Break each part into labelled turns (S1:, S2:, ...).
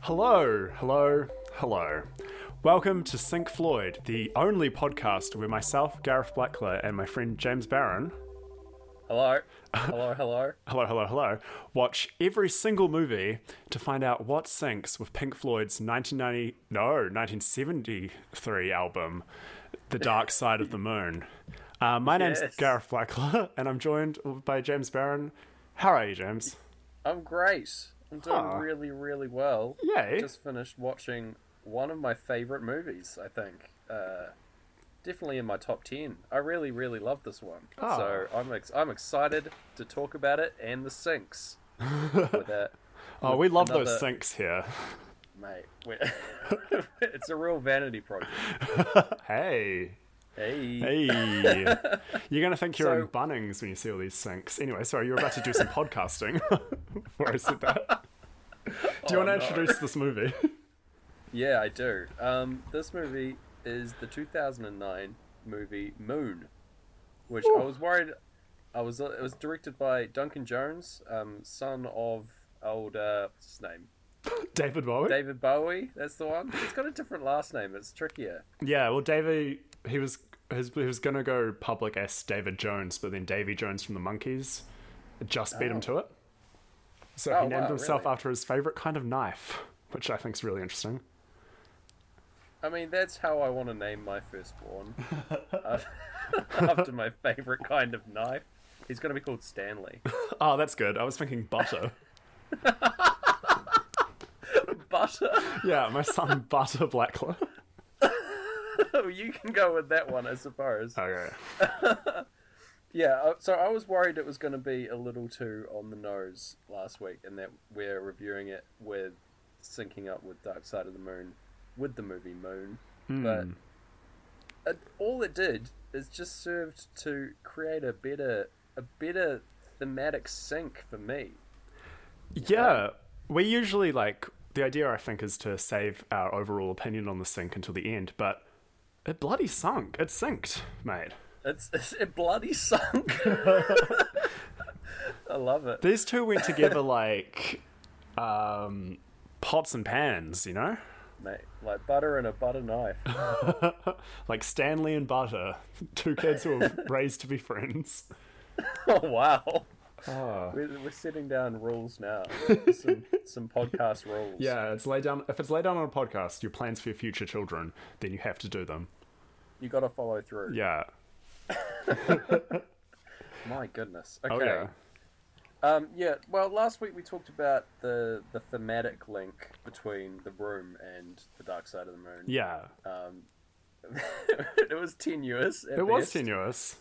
S1: Hello, hello, hello. Welcome to Sync Floyd, the only podcast where myself, Gareth Blackler, and my friend James Barron,
S2: Hello. Hello, hello.
S1: hello, hello, hello, watch every single movie to find out what syncs with Pink Floyd's 1990, no, 1973 album, The Dark Side of the Moon. Uh, my name's
S2: Yes.
S1: Gareth Blackler, and I'm joined by James Barron. How are you, James?
S2: I'm great. I'm doing
S1: Huh.
S2: really, really well.
S1: Yay.
S2: Just finished watching one of my favorite movies, I think. Uh, definitely in my top 10. I really, really love this one.
S1: Oh.
S2: So I'm, ex- I'm excited to talk about it and the sinks. with it.
S1: Oh, we love
S2: another-
S1: those syncs here.
S2: Mate, we- it's a real vanity project.
S1: Hey.
S2: Hey.
S1: Hey, you're gonna think you're in
S2: So-
S1: Bunnings when you see all these sinks. Anyway, sorry, you're about to do some podcasting before I said that. Do you want to
S2: Oh, no.
S1: introduce this movie?
S2: Yeah, I do. Um, this movie is the 2009 movie Moon, which I was worried. I was. It was directed by Duncan Jones, um, son of old uh, what's his name
S1: David Bowie.
S2: David Bowie. That's the one. He's got a different last name. It's trickier.
S1: yeah, well, Davey, he was his, he was gonna go public as David Jones, but then Davy Jones from the Monkees just beat him to it. So
S2: Oh,
S1: he named
S2: wow,
S1: himself
S2: really?
S1: after his favorite kind of knife, which I think is really interesting.
S2: I mean, that's how I want to name my firstborn Uh, after my favorite kind of knife. He's going to be called Stanley.
S1: Oh, that's good. I was thinking butter.
S2: Butter.
S1: yeah, my son Butter Blackler.
S2: you can go with that one, I suppose.
S1: Okay.
S2: Yeah, uh, so I was worried it was going to be a little too on the nose last week, and that we're reviewing it with syncing up with Dark Side of the Moon with the movie Moon. But it, all it did is just served to create a better, a better thematic sync for me.
S1: Yeah, we usually like the idea. I think is to save our overall opinion on the sink until the end, but it bloody sunk. It sinked, mate.
S2: It's, it's it bloody sunk. I love it.
S1: These two went together like um, pots and pans, you know,
S2: Mate, like butter and a butter knife.
S1: like Stanley and Butter, two kids who were raised to be friends.
S2: Oh wow.
S1: Oh.
S2: We're, we're setting down rules now. Some, some podcast rules.
S1: Yeah, it's laid down. If it's laid down on a podcast, your plans for your future children, then you have to do them.
S2: You got to follow through.
S1: Yeah.
S2: My goodness.
S1: Oh
S2: Okay.
S1: yeah.
S2: Um, yeah. Well, last week we talked about the the thematic link between the room and the dark side of the moon.
S1: Yeah.
S2: it was tenuous. At
S1: it was
S2: best.
S1: tenuous.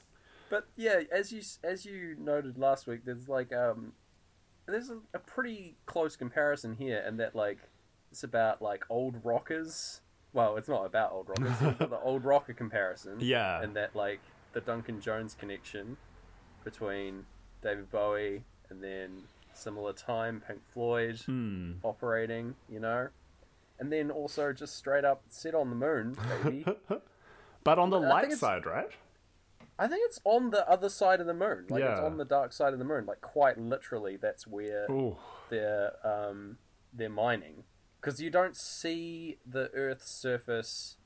S2: But yeah, as you s- as you noted last week, there's like um, there's a, a pretty close comparison here, and that like it's about like old rockers. Well, it's not about old rockers. it's about the old rocker comparison.
S1: Yeah.
S2: and that like the Duncan Jones connection between David Bowie and then similar time Pink Floyd
S1: Hmm.
S2: operating, you know, and then also just straight up sit on the moon, baby.
S1: But on the
S2: I think
S1: light
S2: it's-
S1: side, right?
S2: I think it's on the other side of the moon. Like it's
S1: Yeah.
S2: on the dark side of the moon. Like quite literally, that's where
S1: Ooh.
S2: they're um, they're mining because you don't see the Earth's surface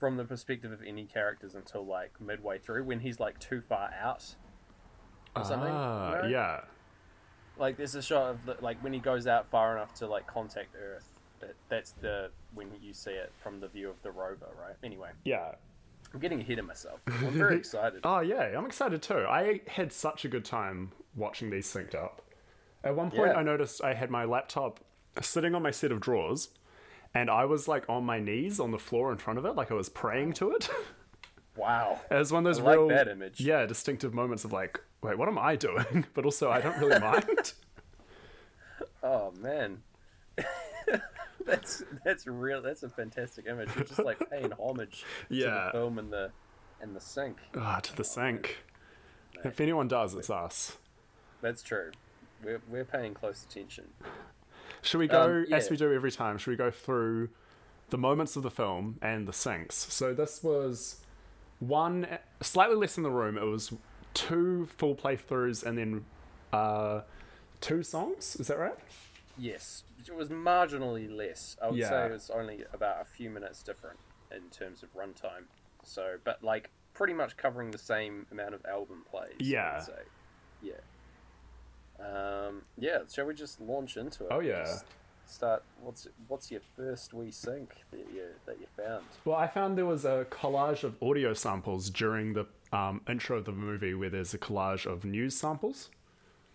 S2: from the perspective of any characters until like midway through when he's like too far out or something.
S1: Ah,
S2: you know?
S1: yeah.
S2: Like there's a shot of the, like when he goes out far enough to like contact Earth. That, that's the when you see it from the view of the rover, right? Anyway,
S1: Yeah.
S2: I'm getting ahead of myself. I'm very excited.
S1: Oh, yeah. I'm excited too. I had such a good time watching these synced up. At one point,
S2: Yeah.
S1: I noticed I had my laptop sitting on my set of drawers, and I was like on my knees on the floor in front of it, like I was praying to it.
S2: Wow.
S1: It was one of those
S2: I like
S1: real,
S2: that image.
S1: yeah, distinctive moments of like, wait, what am I doing? But also, I don't really mind.
S2: Oh man, that's that's real. That's a fantastic image. You're just like paying homage to
S1: Yeah.
S2: the film and the and the sink.
S1: Ah, to the sink. If anyone does, it's us.
S2: That's true. We're we're paying close attention.
S1: Should we go
S2: Um, yeah.
S1: as we do every time? Should we go through the moments of the film and the sinks? So this was one slightly less in the room. It was two full playthroughs and then uh, two songs. Is that right?
S2: Yes, it was marginally less. I would say
S1: Yeah.
S2: it was only about a few minutes different in terms of runtime. So, but like pretty much covering the same amount of album plays. I would
S1: Yeah.
S2: say. yeah. Um, yeah. Shall we just launch into it?
S3: Oh, yeah.
S2: Just start. What's what's your first wee sync that you that you found?
S1: Well, I found there was a collage of audio samples during the um, intro of the movie where there's a collage of news samples,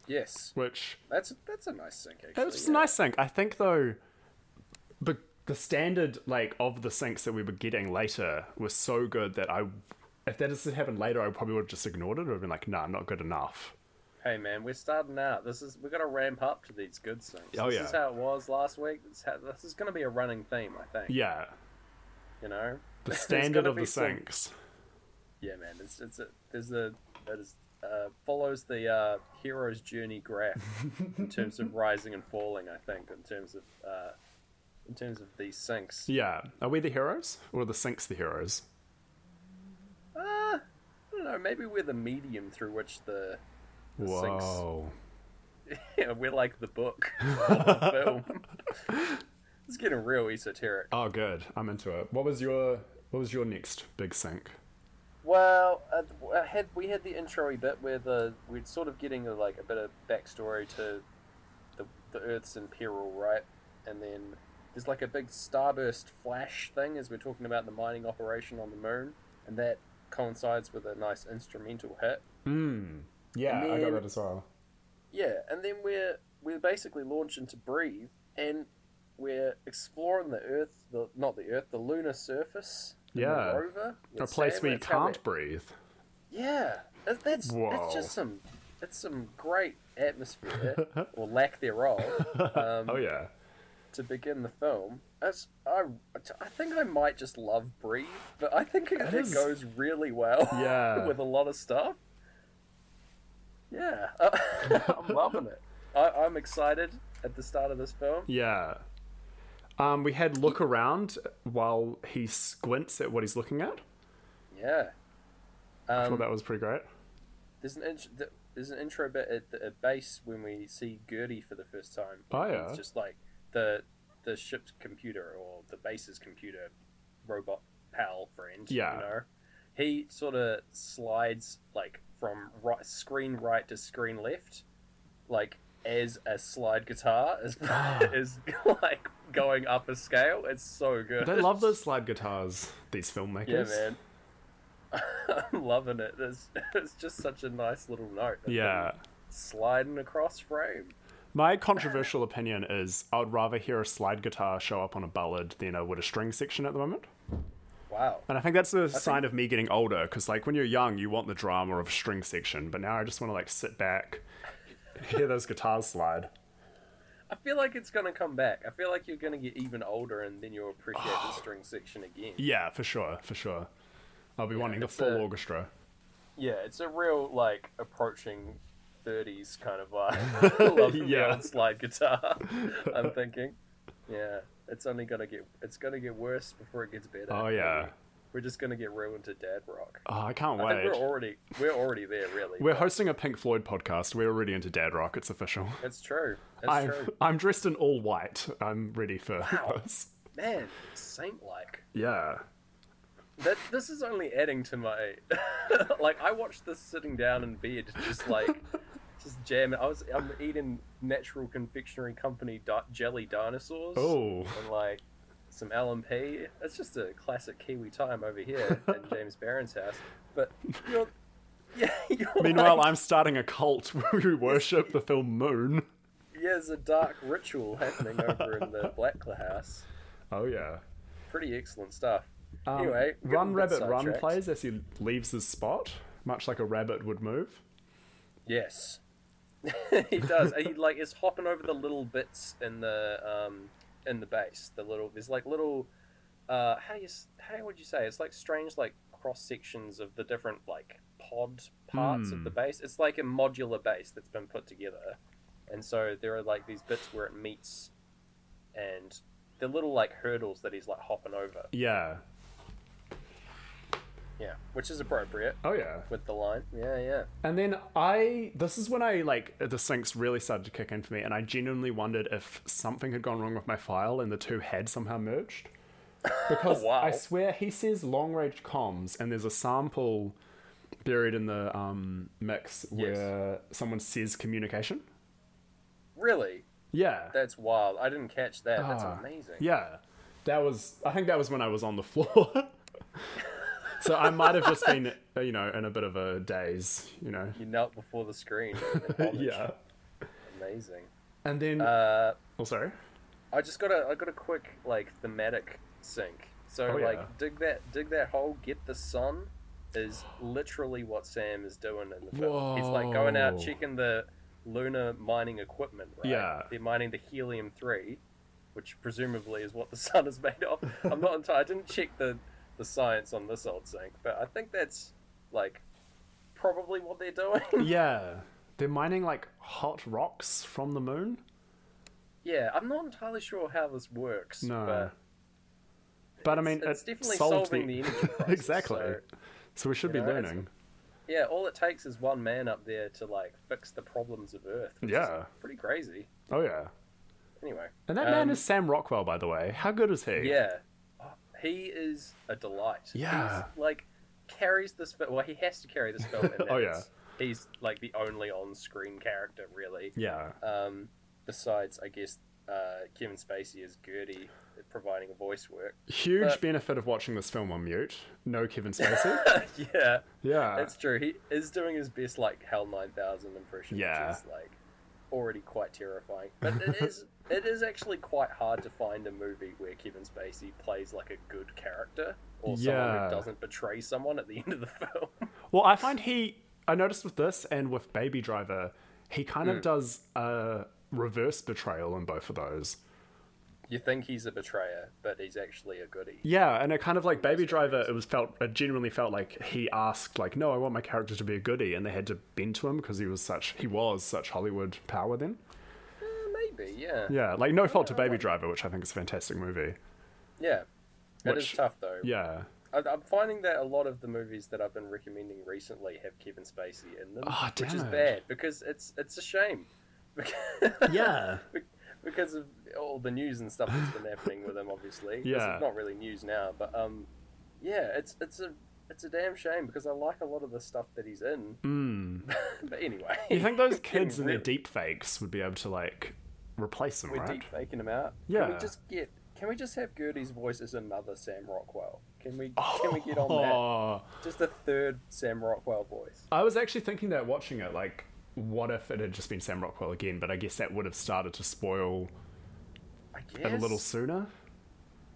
S2: Yes,
S1: which
S2: that's that's a nice sync. Actually,
S1: It's
S2: yeah.
S1: a nice sync. I think though, the the standard like of the syncs that we were getting later was so good that I, if that had happened later, I probably would have just ignored it. Would have been like, nah, not good enough.
S2: Hey man, we're starting out. This is we're gonna ramp up to these good things.
S1: Oh,
S2: this
S1: yeah.
S2: is how it was last week. This, is how, this is gonna be a running theme, I think.
S1: Yeah,
S2: You know,
S1: the
S2: There's
S1: standard
S2: gonna
S1: of
S2: be
S1: the
S2: some-
S1: syncs.
S2: Yeah, man. It's it's a, there's a that is uh, follows the uh, hero's journey graph in terms of rising and falling. I think in terms of uh, in terms of these sinks.
S1: Yeah, are we the heroes or are the syncs the heroes?
S2: Uh, I don't know. Maybe we're the medium through which the, the sinks
S1: Whoa.
S2: Yeah, we're like the book or the film. it's getting real esoteric.
S1: Oh, good. I'm into it. What was your What was your next big sync?
S2: Well, uh, I had we had the intro bit where the we're sort of getting a, like a bit of backstory to the the Earth's in peril, right? And then there's like a big starburst flash thing as we're talking about the mining operation on the moon, and that coincides with a nice instrumental hit. Hmm.
S1: Mm. Yeah, I got
S2: then-
S1: that as well.
S2: Yeah, and then we're we're basically launching to breathe, and we're exploring the Earth, the not the Earth, the lunar surface. and the
S1: Yeah.
S2: rover.
S1: A
S2: with
S1: place
S2: Sam,
S1: where you
S2: that's how we-
S1: can't breathe.
S2: Yeah, that- that's
S1: Whoa.
S2: that's just some that's some great atmosphere or lack thereof um,
S1: Oh yeah.
S2: to begin the film. That's I I think I might just love breathe, but I think it,
S1: is-
S2: it goes really well.
S1: Yeah.
S2: with a lot of stuff. Yeah, I'm loving it. I, I'm excited at the start of this film.
S1: Yeah. Um, we had look around while he squints at what he's looking at.
S2: Yeah.
S1: I
S2: Um,
S1: thought that was pretty great.
S2: There's an int- th- there's an intro bit at the at base when we see Gertie for the first time.
S1: Oh, yeah.
S2: it's just like the the ship's computer or the base's computer robot pal friend.
S1: Yeah.
S2: you know? he sort of slides like from right screen right to screen left, like as a slide guitar is
S1: Ah.
S2: is like going up a scale. It's so good.
S1: They love those slide guitars, these filmmakers.
S2: Yeah, man. I'm loving it. It's, it's just such a nice little note. of
S1: Yeah.
S2: sliding across frame.
S1: My controversial opinion is I would rather hear a slide guitar show up on a ballad than I would a string section at the moment.
S2: Wow.
S1: And I think that's a sign of me getting older, because like when you're young, you want the drama of a string section, but now I just want to like sit back, hear those guitars slide.
S2: I feel like it's gonna come back. I feel like you're gonna get even older, and then you'll appreciate the string section again.
S1: Yeah, for sure, for sure. I'll be wanting the
S2: it's
S1: full
S2: a-
S1: orchestra.
S2: Yeah, it's a real like approaching thirties kind of vibe. Love the
S1: Yeah.
S2: old slide guitar. I'm thinking. Yeah, it's only gonna get it's gonna get worse before it gets better.
S1: Oh yeah.
S2: We're just gonna get real into dad rock.
S1: Oh, I can't
S2: I think
S1: wait.
S2: we're already we're already there, really.
S1: We're hosting a Pink Floyd podcast. We're already into Dad Rock. It's official.
S2: That's true. That's
S1: I'm,
S2: true.
S1: I'm dressed in all white. I'm ready for this.
S2: Man, saint like.
S1: Yeah.
S2: That this is only adding to my like I watched this sitting down in bed, just like just jamming. I was I'm eating natural confectionery company di- jelly dinosaurs
S1: Oh.
S2: and like some LMP. It's just a classic Kiwi time over here at James Barron's house. But you're yeah, you're
S1: Meanwhile,
S2: like,
S1: I'm starting a cult where we worship the film Moon.
S2: yeah, there's a dark ritual happening over in the Blackler house.
S1: Oh yeah.
S2: Pretty excellent stuff.
S1: Um,
S2: anyway, we're
S1: run
S2: getting a bit
S1: rabbit run
S2: sidetracked.
S1: plays as he leaves his spot, much like a rabbit would move.
S2: Yes, he does. he like is hopping over the little bits in the um in the base. The little there's like little uh how do you s- how would you say it's like strange like cross sections of the different like pod parts of the base. It's like a modular base that's been put together, and so there are like these bits where it meets, and the little like hurdles that he's like hopping over.
S1: Yeah.
S2: Yeah, which is appropriate
S1: Oh yeah.
S2: with the line. Yeah, yeah.
S1: And then I, this is when I like the syncs really started to kick in for me, and I genuinely wondered if something had gone wrong with my file and the two had somehow merged. Because
S2: Wow.
S1: I swear he says long range comms, and there's a sample buried in the um, mix
S2: Yes.
S1: where someone says communication.
S2: Really,
S1: Yeah.
S2: that's wild. I didn't catch that. That's
S1: Ah,
S2: amazing.
S1: Yeah. That was, I think that was when I was on the floor. so I might have just been, you know, in a bit of a daze, you know.
S2: You knelt before the screen. and acknowledged.
S1: Yeah.
S2: amazing.
S1: And then,
S2: Uh,
S1: oh, sorry.
S2: I just got a I got a quick like thematic sync. So
S1: Oh, yeah.
S2: like dig that dig that hole, get the sun is literally what Sam is doing in the film. He's like going out
S1: Whoa.
S2: checking the lunar mining equipment, right?
S1: Yeah.
S2: They're mining the helium three, which presumably is what the sun is made of. I'm not entirely I didn't check the the science on this old sync, but I think that's like probably what they're doing.
S1: Yeah. They're mining like hot rocks from the moon.
S2: yeah, I'm not entirely sure how this works.
S1: No.
S2: But
S1: But I mean,
S2: it's
S1: it
S2: definitely
S1: solved
S2: solving the energy crisis,
S1: exactly.
S2: so-
S1: So, we should
S2: you
S1: be
S2: know, it's-
S1: learning.
S2: Yeah, all it takes is one man up there to like fix the problems of Earth. which is
S1: Yeah.
S2: pretty crazy.
S1: Oh yeah.
S2: Anyway,
S1: And that man
S2: um,
S1: is Sam Rockwell, by the way. How good is he?
S2: yeah, he is a delight.
S1: Yeah.
S2: He's, like carries this. fi- Well, he has to carry this film. And
S1: Oh,
S2: that's- he's like the only on-screen character really.
S1: Yeah.
S2: Um, besides, I guess uh, Kevin Spacey is Gertie providing voice work.
S1: Huge
S2: But-
S1: benefit of watching this film on mute. No Kevin Spacey.
S2: yeah,
S1: yeah.
S2: that's true. He is doing his best like Hell Nine Thousand impression,
S1: Yeah.
S2: which is like already quite terrifying. But it is it is actually quite hard to find a movie where Kevin Spacey plays like a good character or someone
S1: Yeah.
S2: who doesn't betray someone at the end of the film.
S1: Well, I find he. I noticed with this and with Baby Driver, he kind
S2: Mm.
S1: of does a reverse betrayal in both of those.
S2: you think he's a betrayer, but he's actually a goodie.
S1: Yeah, and it kind of like Baby Driver, it was felt it genuinely felt like he asked like, "No, I want my character to be a goodie," and they had to bend to him because he was such he was such Hollywood power then.
S2: Uh, maybe, yeah. Yeah.
S1: Yeah, like no fault to Baby Driver, which I think is a fantastic movie.
S2: It is
S1: Which-
S2: tough though.
S1: Yeah.
S2: I, I'm finding that a lot of the movies that I've been recommending recently have Kevin Spacey in them,
S1: Ah,
S2: which
S1: damn
S2: is
S1: it.
S2: bad because it's it's a shame.
S1: Yeah.
S2: because of all the news and stuff that's been happening with him, obviously.
S1: Yeah.
S2: This is not really news now, but um, yeah, it's it's a it's a damn shame because I like a lot of the stuff that he's in. but anyway,
S1: Hmm. You think those kids and their
S2: Really?
S1: deep fakes would be able to like replace him,
S2: we're
S1: right?
S2: deep faking him out. Can
S1: Yeah.
S2: we just get? Can we just have Gertie's voice as another Sam Rockwell? Can we? Can we get on that?
S1: Oh,
S2: Just a third Sam Rockwell voice.
S1: I was actually thinking that watching it, like, what if it had just been Sam Rockwell again? But I guess that would have started to spoil
S2: I
S1: it
S2: guess.
S1: a little sooner.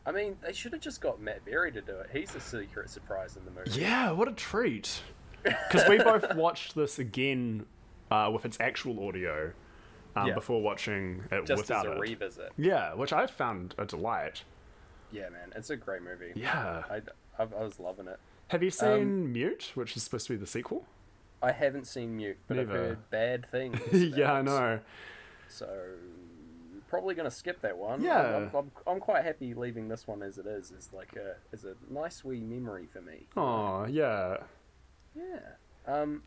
S2: I mean, they should have just got Matt Berry to do it. He's a secret surprise in the movie.
S1: Yeah, what a treat. Because we both watched this again uh, with its actual audio um,
S2: Yeah.
S1: before watching it
S2: Just
S1: without
S2: as a
S1: it.
S2: revisit.
S1: yeah, which I found a delight.
S2: Yeah, man, it's a great movie.
S1: Yeah.
S2: I, I, I was loving it.
S1: Have you seen Mute, which is supposed to be the sequel?
S2: I haven't seen Mute, but I've
S1: Neither.
S2: heard bad things. about
S1: yeah, I
S2: it,
S1: know.
S2: So probably going to skip that one.
S1: Yeah.
S2: I'm, I'm, I'm quite happy leaving this one as it is. It's like a it's a nice wee memory for me.
S1: Oh, yeah.
S2: Yeah. Um.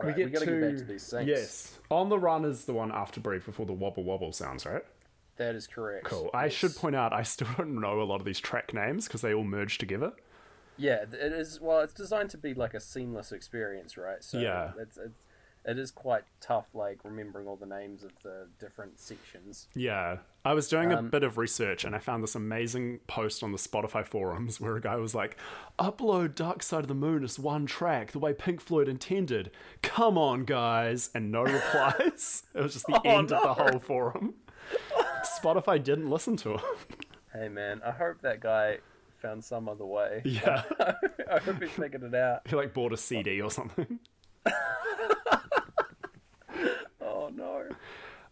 S2: alright, we got to get back to these things.
S1: Yes. On the Run is the one after Breathe before the Wobble Wobble sounds, right?
S2: that is correct.
S1: Cool. I should
S2: Yes.
S1: point out I still don't know a lot of these track names because they all merge together.
S2: Yeah, th- it is. Well, it's designed to be like a seamless experience, right? So
S1: Yeah.
S2: it's, it's it is quite tough, like remembering all the names of the different sections.
S1: Yeah. I was doing
S2: Um,
S1: a bit of research and I found this amazing post on the Spotify forums where a guy was like, Upload Dark Side of the Moon as one track, the way Pink Floyd intended. Come on, guys. And no replies. it was just the
S2: Oh,
S1: end of the whole forum. Spotify didn't listen to him.
S2: Hey, man, I hope that guy found some other way.
S1: yeah.
S2: I hope he figured it out.
S1: He like bought a CD or something.
S2: Oh no.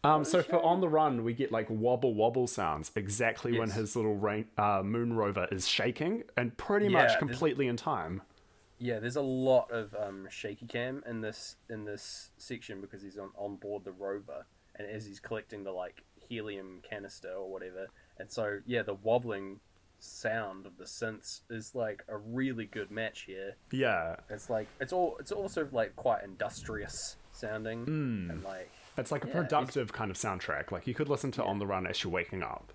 S2: Oh,
S1: Um, so for On the Run, we get like wobble wobble sounds exactly when
S2: Yes.
S1: his little rain, uh, moon rover is shaking and pretty
S2: Yeah,
S1: much
S2: there's-
S1: completely in time.
S2: Yeah, there's a lot of um, shaky cam in this in this section because he's on, on board the rover, and as he's collecting the like helium canister or whatever, and so yeah, the wobbling sound of the synths is like a really good match here.
S1: Yeah.
S2: It's like it's all it's also like quite industrious sounding and like
S1: It's like a
S2: Yeah, it's-
S1: productive kind of soundtrack. Like you could listen to On the Run as you're waking up.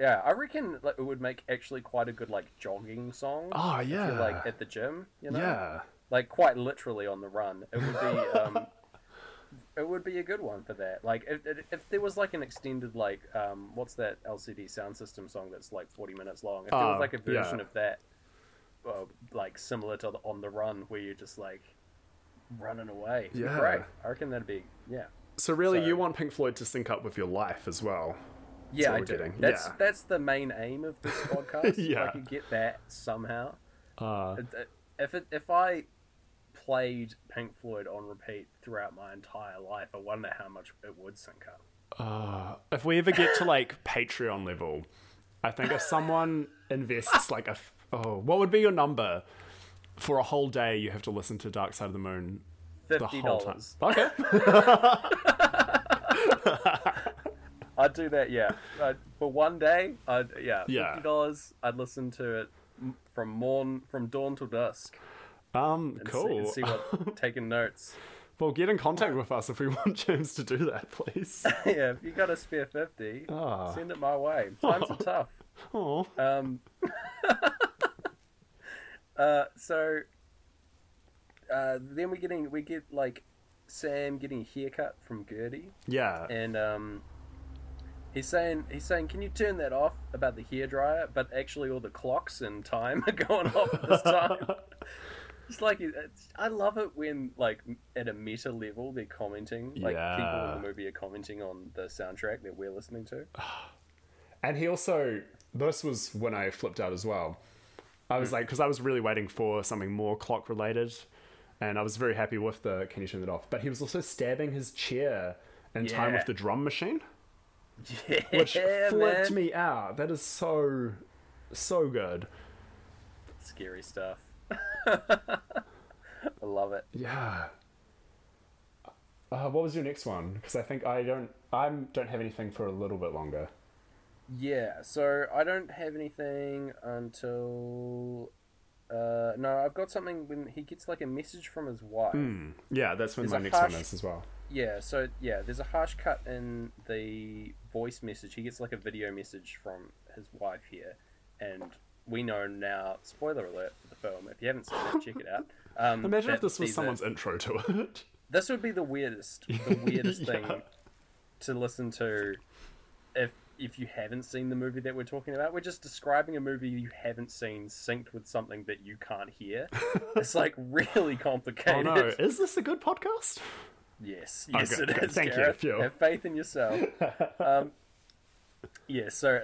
S2: yeah, I reckon like, it would make actually quite a good like jogging song.
S1: Oh,
S2: if
S1: yeah.
S2: you're, like at the gym, you know.
S1: Yeah.
S2: like quite literally on the run. It would be um, it would be a good one for that. Like if, if, if there was like an extended like um, what's that LCD sound system song that's like forty minutes long? If there
S1: Oh,
S2: was like a version
S1: yeah.
S2: of that, uh, like similar to the, on the run where you're just like running away. It'd be
S1: Yeah.
S2: great. I reckon that'd be yeah.
S1: So really,
S2: So-
S1: you want Pink Floyd to sync up with your life as well.
S2: Yeah,
S1: what
S2: I
S1: we're
S2: do.
S1: getting.
S2: That's
S1: Yeah.
S2: that's the main aim of this podcast.
S1: Yeah.
S2: If I could get that somehow.
S1: Uh,
S2: It- it- if it, if I played Pink Floyd on repeat throughout my entire life, I wonder how much it would sync up.
S1: uh, if we ever get to like Patreon level, I think if someone invests like a f- oh, what would be your number for a whole day? You have to listen to Dark Side of the Moon the
S2: Fifty
S1: whole time.
S2: dollars.
S1: Okay.
S2: I'd do that. Yeah, i for one day. I'd yeah.
S1: Yeah.
S2: Fifty dollars. I'd listen to it m- from morn from dawn till dusk.
S1: Um,
S2: and see-
S1: cool.
S2: and See, what taking notes.
S1: Well, get in contact with us if we want James to do that, please.
S2: yeah, if you got a spare fifty,
S1: Ah.
S2: send it my way. Times are tough.
S1: Oh,
S2: Um, uh, so uh, then we getting we get like Sam getting a haircut from Gertie,
S1: yeah.
S2: and um, he's saying he's saying, "Can you turn that off about the hair dryer?" But actually, all the clocks and time are going off at this time. It's like it's, I love it when like at a meta level they're commenting, like people
S1: Yeah.
S2: in the movie are commenting on the soundtrack that we're listening to.
S1: And he also, this was when I flipped out as well. I was like, because I was really waiting for something more clock related, and I was very happy with the can you turn that off. But he was also stabbing his chair in time
S2: Yeah.
S1: with the drum machine,
S2: Yeah,
S1: which flipped
S2: man.
S1: me out. That is so, so good.
S2: scary stuff. I love it.
S1: Yeah. Uh, what was your next one? Because I think I don't, I don't have anything for a little bit longer.
S2: Yeah, so I don't have anything until. Uh, no, I've got something when he gets like a message from his wife.
S1: Hmm. Yeah, that's when
S2: There's
S1: my
S2: a
S1: next one
S2: harsh-
S1: is as well.
S2: Yeah, so yeah, there's a harsh cut in the voice message. He gets like a video message from his wife here, and we know now. Spoiler alert for the film. If you haven't seen it, check it out. Um,
S1: Imagine if
S2: that
S1: this was
S2: these are-
S1: someone's intro to it.
S2: This would be the weirdest, the weirdest
S1: Yeah.
S2: thing to listen to if if you haven't seen the movie that we're talking about. We're just describing a movie you haven't seen synced with something that you can't hear. it's like really
S1: oh
S2: complicated.
S1: no, is this a good podcast?
S2: Yes, yes
S1: Okay,
S2: it is.
S1: good. Thank you,
S2: Gareth.
S1: Phil.
S2: Have faith in yourself. um, yeah, so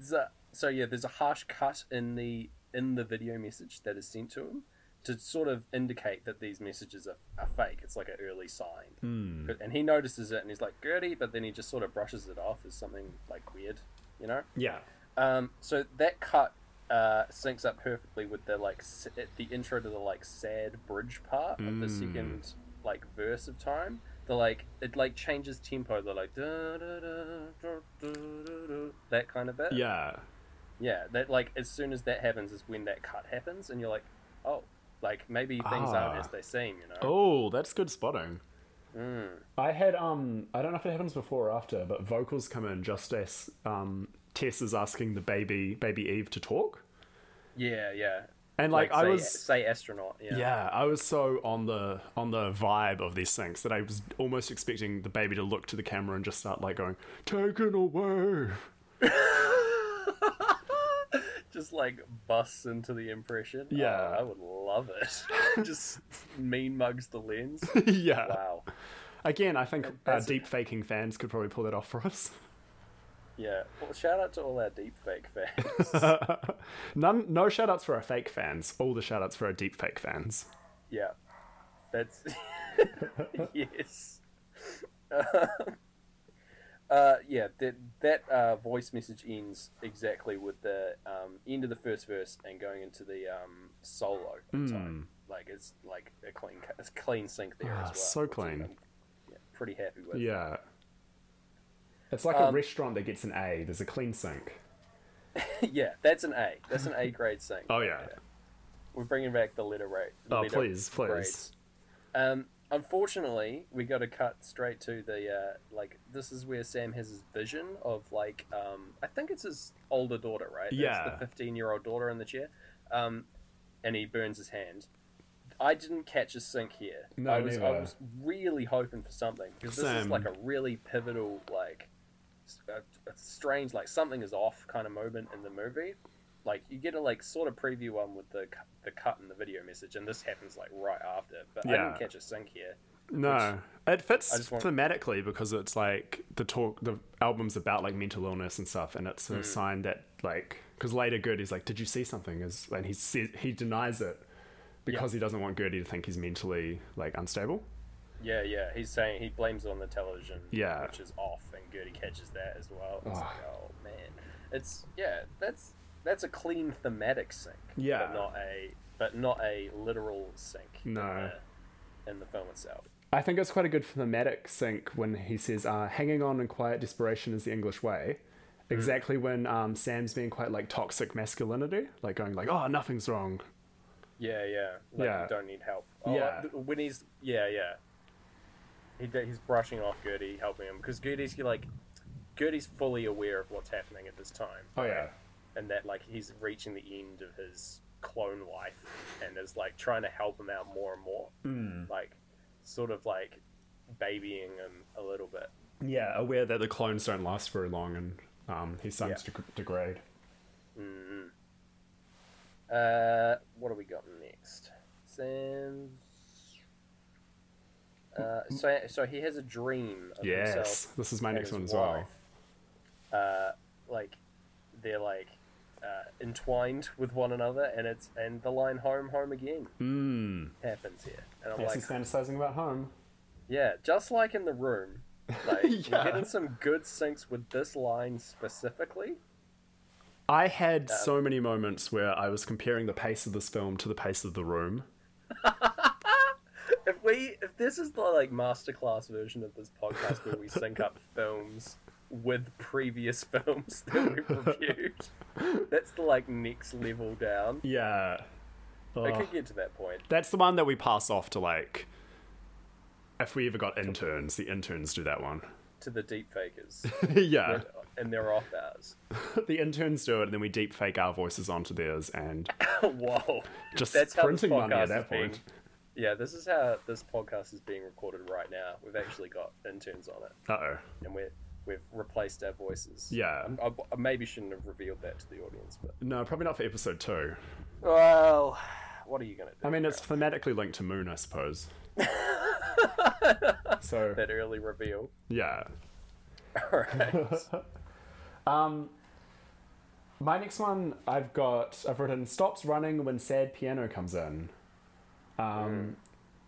S2: so- so yeah, there's a harsh cut in the in the video message that is sent to him to sort of indicate that these messages are, are fake. It's like an early sign,
S1: Hmm.
S2: But- and he notices it and he's like Gertie, but then he just sort of brushes it off as something like weird, you know.
S1: Yeah.
S2: Um, so that cut uh, syncs up perfectly with the like s- at the intro to the like sad bridge part of
S1: Hmm.
S2: the second like verse of time. The like it like changes tempo. The like da, da, da, da, da, da, da, that kind of bit.
S1: Yeah.
S2: yeah. That like as soon as that happens is when that cut happens, and you're like, oh, like maybe things
S1: Ah.
S2: aren't as they seem. You know.
S1: Oh, that's good spotting. Hmm. I had um, I don't know if it happens before or after, but vocals come in just as um, Tess is asking the baby baby Eve to talk,
S2: Yeah, yeah.
S1: and like, I
S2: say,
S1: was.
S2: say astronaut. Yeah.
S1: Yeah, I was so on the on the vibe of these things that I was almost expecting the baby to look to the camera and just start like going taken away.
S2: just like busts into the impression. Oh,
S1: Yeah.
S2: I would love it. just mean mugs the lens.
S1: yeah.
S2: Wow.
S1: Again, I think uh,
S2: That's-
S1: deep faking fans could probably pull that off for us.
S2: Yeah. Well, shout out to all our deep fake fans.
S1: None, no shout outs for our fake fans. All the shout outs for our deep fake fans.
S2: yeah. That's yes. uh, yeah. That that uh, voice message ends exactly with the um, end of the first verse and going into the um, solo. time. Like it's like a clean, cu- it's clean sync there as
S1: Hmm. Ah,
S2: well.
S1: so
S2: which
S1: clean.
S2: I'm, yeah, pretty happy with.
S1: Yeah. It's like a
S2: Um,
S1: restaurant that gets an A. There's a clean sink.
S2: yeah, that's an A. That's an A grade sink.
S1: Oh yeah.
S2: We're bringing back the letter rate.
S1: Oh
S2: letter
S1: please, please.
S2: grades. Um, unfortunately, we got to cut straight to the uh, like. This is where Sam has his vision of like. Um, I think it's his older daughter, right? It's
S1: Yeah.
S2: the fifteen-year-old daughter in the chair, um, and he burns his hand. I didn't catch a sink here.
S1: No,
S2: I was,
S1: neither.
S2: I was really hoping for something because this is
S1: Same.
S2: like a really pivotal, like, s- a, a strange, like something is off kind of moment in the movie. Like you get a like sort of preview one with the cu- the cut and the video message, and this happens like right after. But I
S1: Yeah.
S2: didn't catch a sync here.
S1: No, it
S2: I
S1: fits
S2: just want-
S1: thematically because it's like the talk, the album's about like mental illness and stuff, and it's a
S2: Mm.
S1: sign that like because later Gertie's like, "Did you see something?" Is and he says he denies it because he doesn't want Gertie to think he's mentally like unstable.
S2: Yeah, yeah. He's saying he blames it on the television,
S1: Yeah.
S2: which is off, and Gertie catches that as well. It's
S1: Ugh.
S2: like, oh man, it's yeah. That's that's a clean thematic sync.
S1: Yeah.
S2: but not a but not a literal sync. in
S1: No.
S2: the- in the film itself.
S1: I think it's quite a good thematic sync when he says, uh, "Hanging on in quiet desperation is the English way." Exactly when um, Sam's being quite like toxic masculinity, like going like, "Oh, nothing's wrong."
S2: Yeah, yeah. Like
S1: Yeah.
S2: you don't need help. Oh,
S1: Yeah.
S2: th- When he's yeah, yeah. He, d- he's brushing off Gertie, helping him because Gertie's like, Gertie's fully aware of what's happening at this time,
S1: Oh yeah,
S2: and that like he's reaching the end of his clone life, and is like trying to help him out more and more,
S1: Hmm.
S2: like sort of like babying him a little bit.
S1: yeah, aware that the clones don't last very long, and um, he starts to degrade.
S2: Uh, what do we got next? Sam's. Uh, so, so he has a dream of himself
S1: Yes, this is my
S2: and
S1: next
S2: his
S1: one as
S2: wife,
S1: well.
S2: Uh, like they're like uh, entwined with one another, and it's and the line "home, home again"
S1: Mm.
S2: happens here, and I'm
S1: Yes,
S2: like,
S1: he's fantasizing about home.
S2: yeah, just like in the room, like
S1: Yeah.
S2: we're getting some good syncs with this line specifically.
S1: I had so many moments where I was comparing the pace of this film to the pace of The Room.
S2: If we, if this is the like masterclass version of this podcast where we sync up films with previous films that we've reviewed, that's the like next level down.
S1: Yeah.
S2: I
S1: Ugh.
S2: could get to that point.
S1: That's the one that we pass off to like. If we ever got interns, the interns do that one.
S2: to the deep fakers
S1: yeah,
S2: and their off hours.
S1: the interns do it, and then we deep fake our voices onto theirs, and
S2: Whoa.
S1: just
S2: That's how this
S1: printing money at
S2: podcast has
S1: that
S2: been.
S1: point.
S2: Yeah, this is how this podcast is being recorded right now. We've actually got interns on it
S1: Uh oh.
S2: and we're, we've replaced our voices.
S1: Yeah.
S2: I, I maybe shouldn't have revealed that to the audience, but.
S1: No, probably not for episode two.
S2: Well, what are you going to do?
S1: I mean, it's thematically linked to Moon, I suppose. so
S2: that early reveal.
S1: yeah,
S2: All right.
S1: My next one I've got I've written stops running when sad piano comes in. Um
S2: Hmm.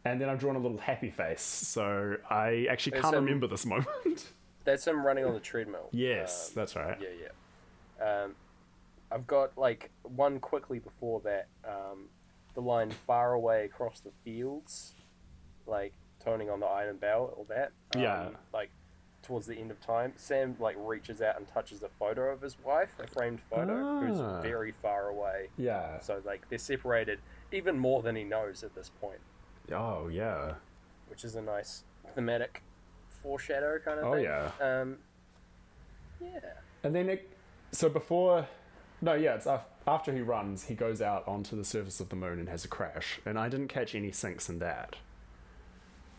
S1: and then I've drawn a little happy face. So I actually
S2: There's
S1: can't
S2: some-
S1: remember this moment.
S2: That's him running on the treadmill.
S1: yes,
S2: Um,
S1: that's right.
S2: Yeah, yeah. Um, I've got like one quickly before that. Um, the line "far away across the fields," like toning on the iron bell, all that. Um,
S1: Yeah.
S2: Like towards the end of time, Sam like reaches out and touches a photo of his wife, a framed photo, who's
S1: Ah.
S2: very far away.
S1: Yeah.
S2: So like they're separated even more than he knows at this point,
S1: Oh yeah.
S2: which is a nice thematic foreshadow kind of
S1: Oh,
S2: thing.
S1: yeah.
S2: Um, yeah.
S1: And then it, so before no, yeah, it's af- after he runs, he goes out onto the surface of the moon and has a crash. And I didn't catch any sinks in that.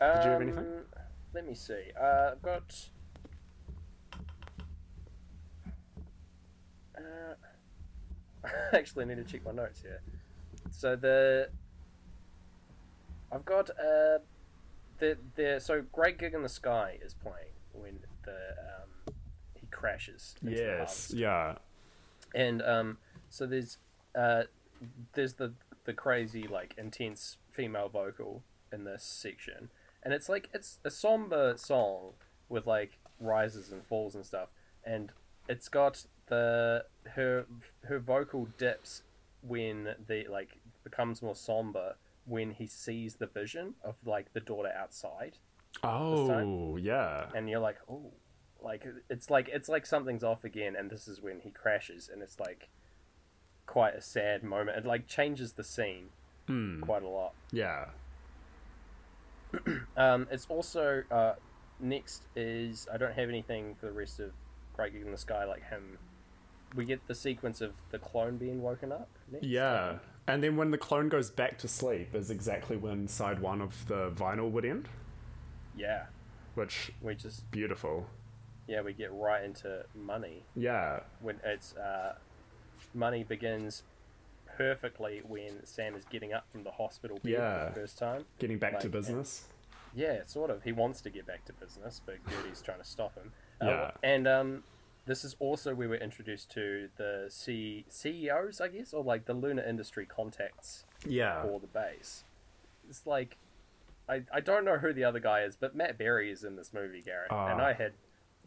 S1: Did you have anything?
S2: Um, Let me see. Uh, I've got. Uh, I actually need to check my notes here. So the. I've got uh, the the so great gig in the sky is playing when the um, he crashes. into the
S1: Yes.
S2: harvest.
S1: Yeah.
S2: And um, so there's uh, there's the the crazy like intense female vocal in this section, and it's like it's a somber song with like rises and falls and stuff, and it's got the her her vocal dips when the like becomes more somber when he sees the vision of like the daughter outside,
S1: Oh, yeah.
S2: and you're like, oh, Like it's like it's like something's off again, and this is when he crashes, and it's like quite a sad moment. It like changes the scene
S1: Hmm.
S2: quite a lot.
S1: Yeah.
S2: Um, it's also uh, next is I don't have anything for the rest of Great Gig in the Sky like him. We get the sequence of the clone being woken up. Next.
S1: Yeah. And then when the clone goes back to sleep is exactly when side one of the vinyl would end,
S2: yeah.
S1: which
S2: We just
S1: beautiful.
S2: yeah we get right into money
S1: Yeah.
S2: when it's uh, money begins perfectly when Sam is getting up from the hospital bed
S1: Yeah.
S2: for the first time.
S1: Getting back to
S2: Like,
S1: business.
S2: Yeah, sort of. He wants to get back to business, but Gertie's trying to stop him. Uh,
S1: Yeah.
S2: And um, this is also where we're introduced to the C- CEOs, I guess, or like the lunar industry contacts
S1: Yeah.
S2: for the base. It's like, I, I don't know who the other guy is, but Matt Berry is in this movie, Garrett, and
S1: Ah.
S2: I had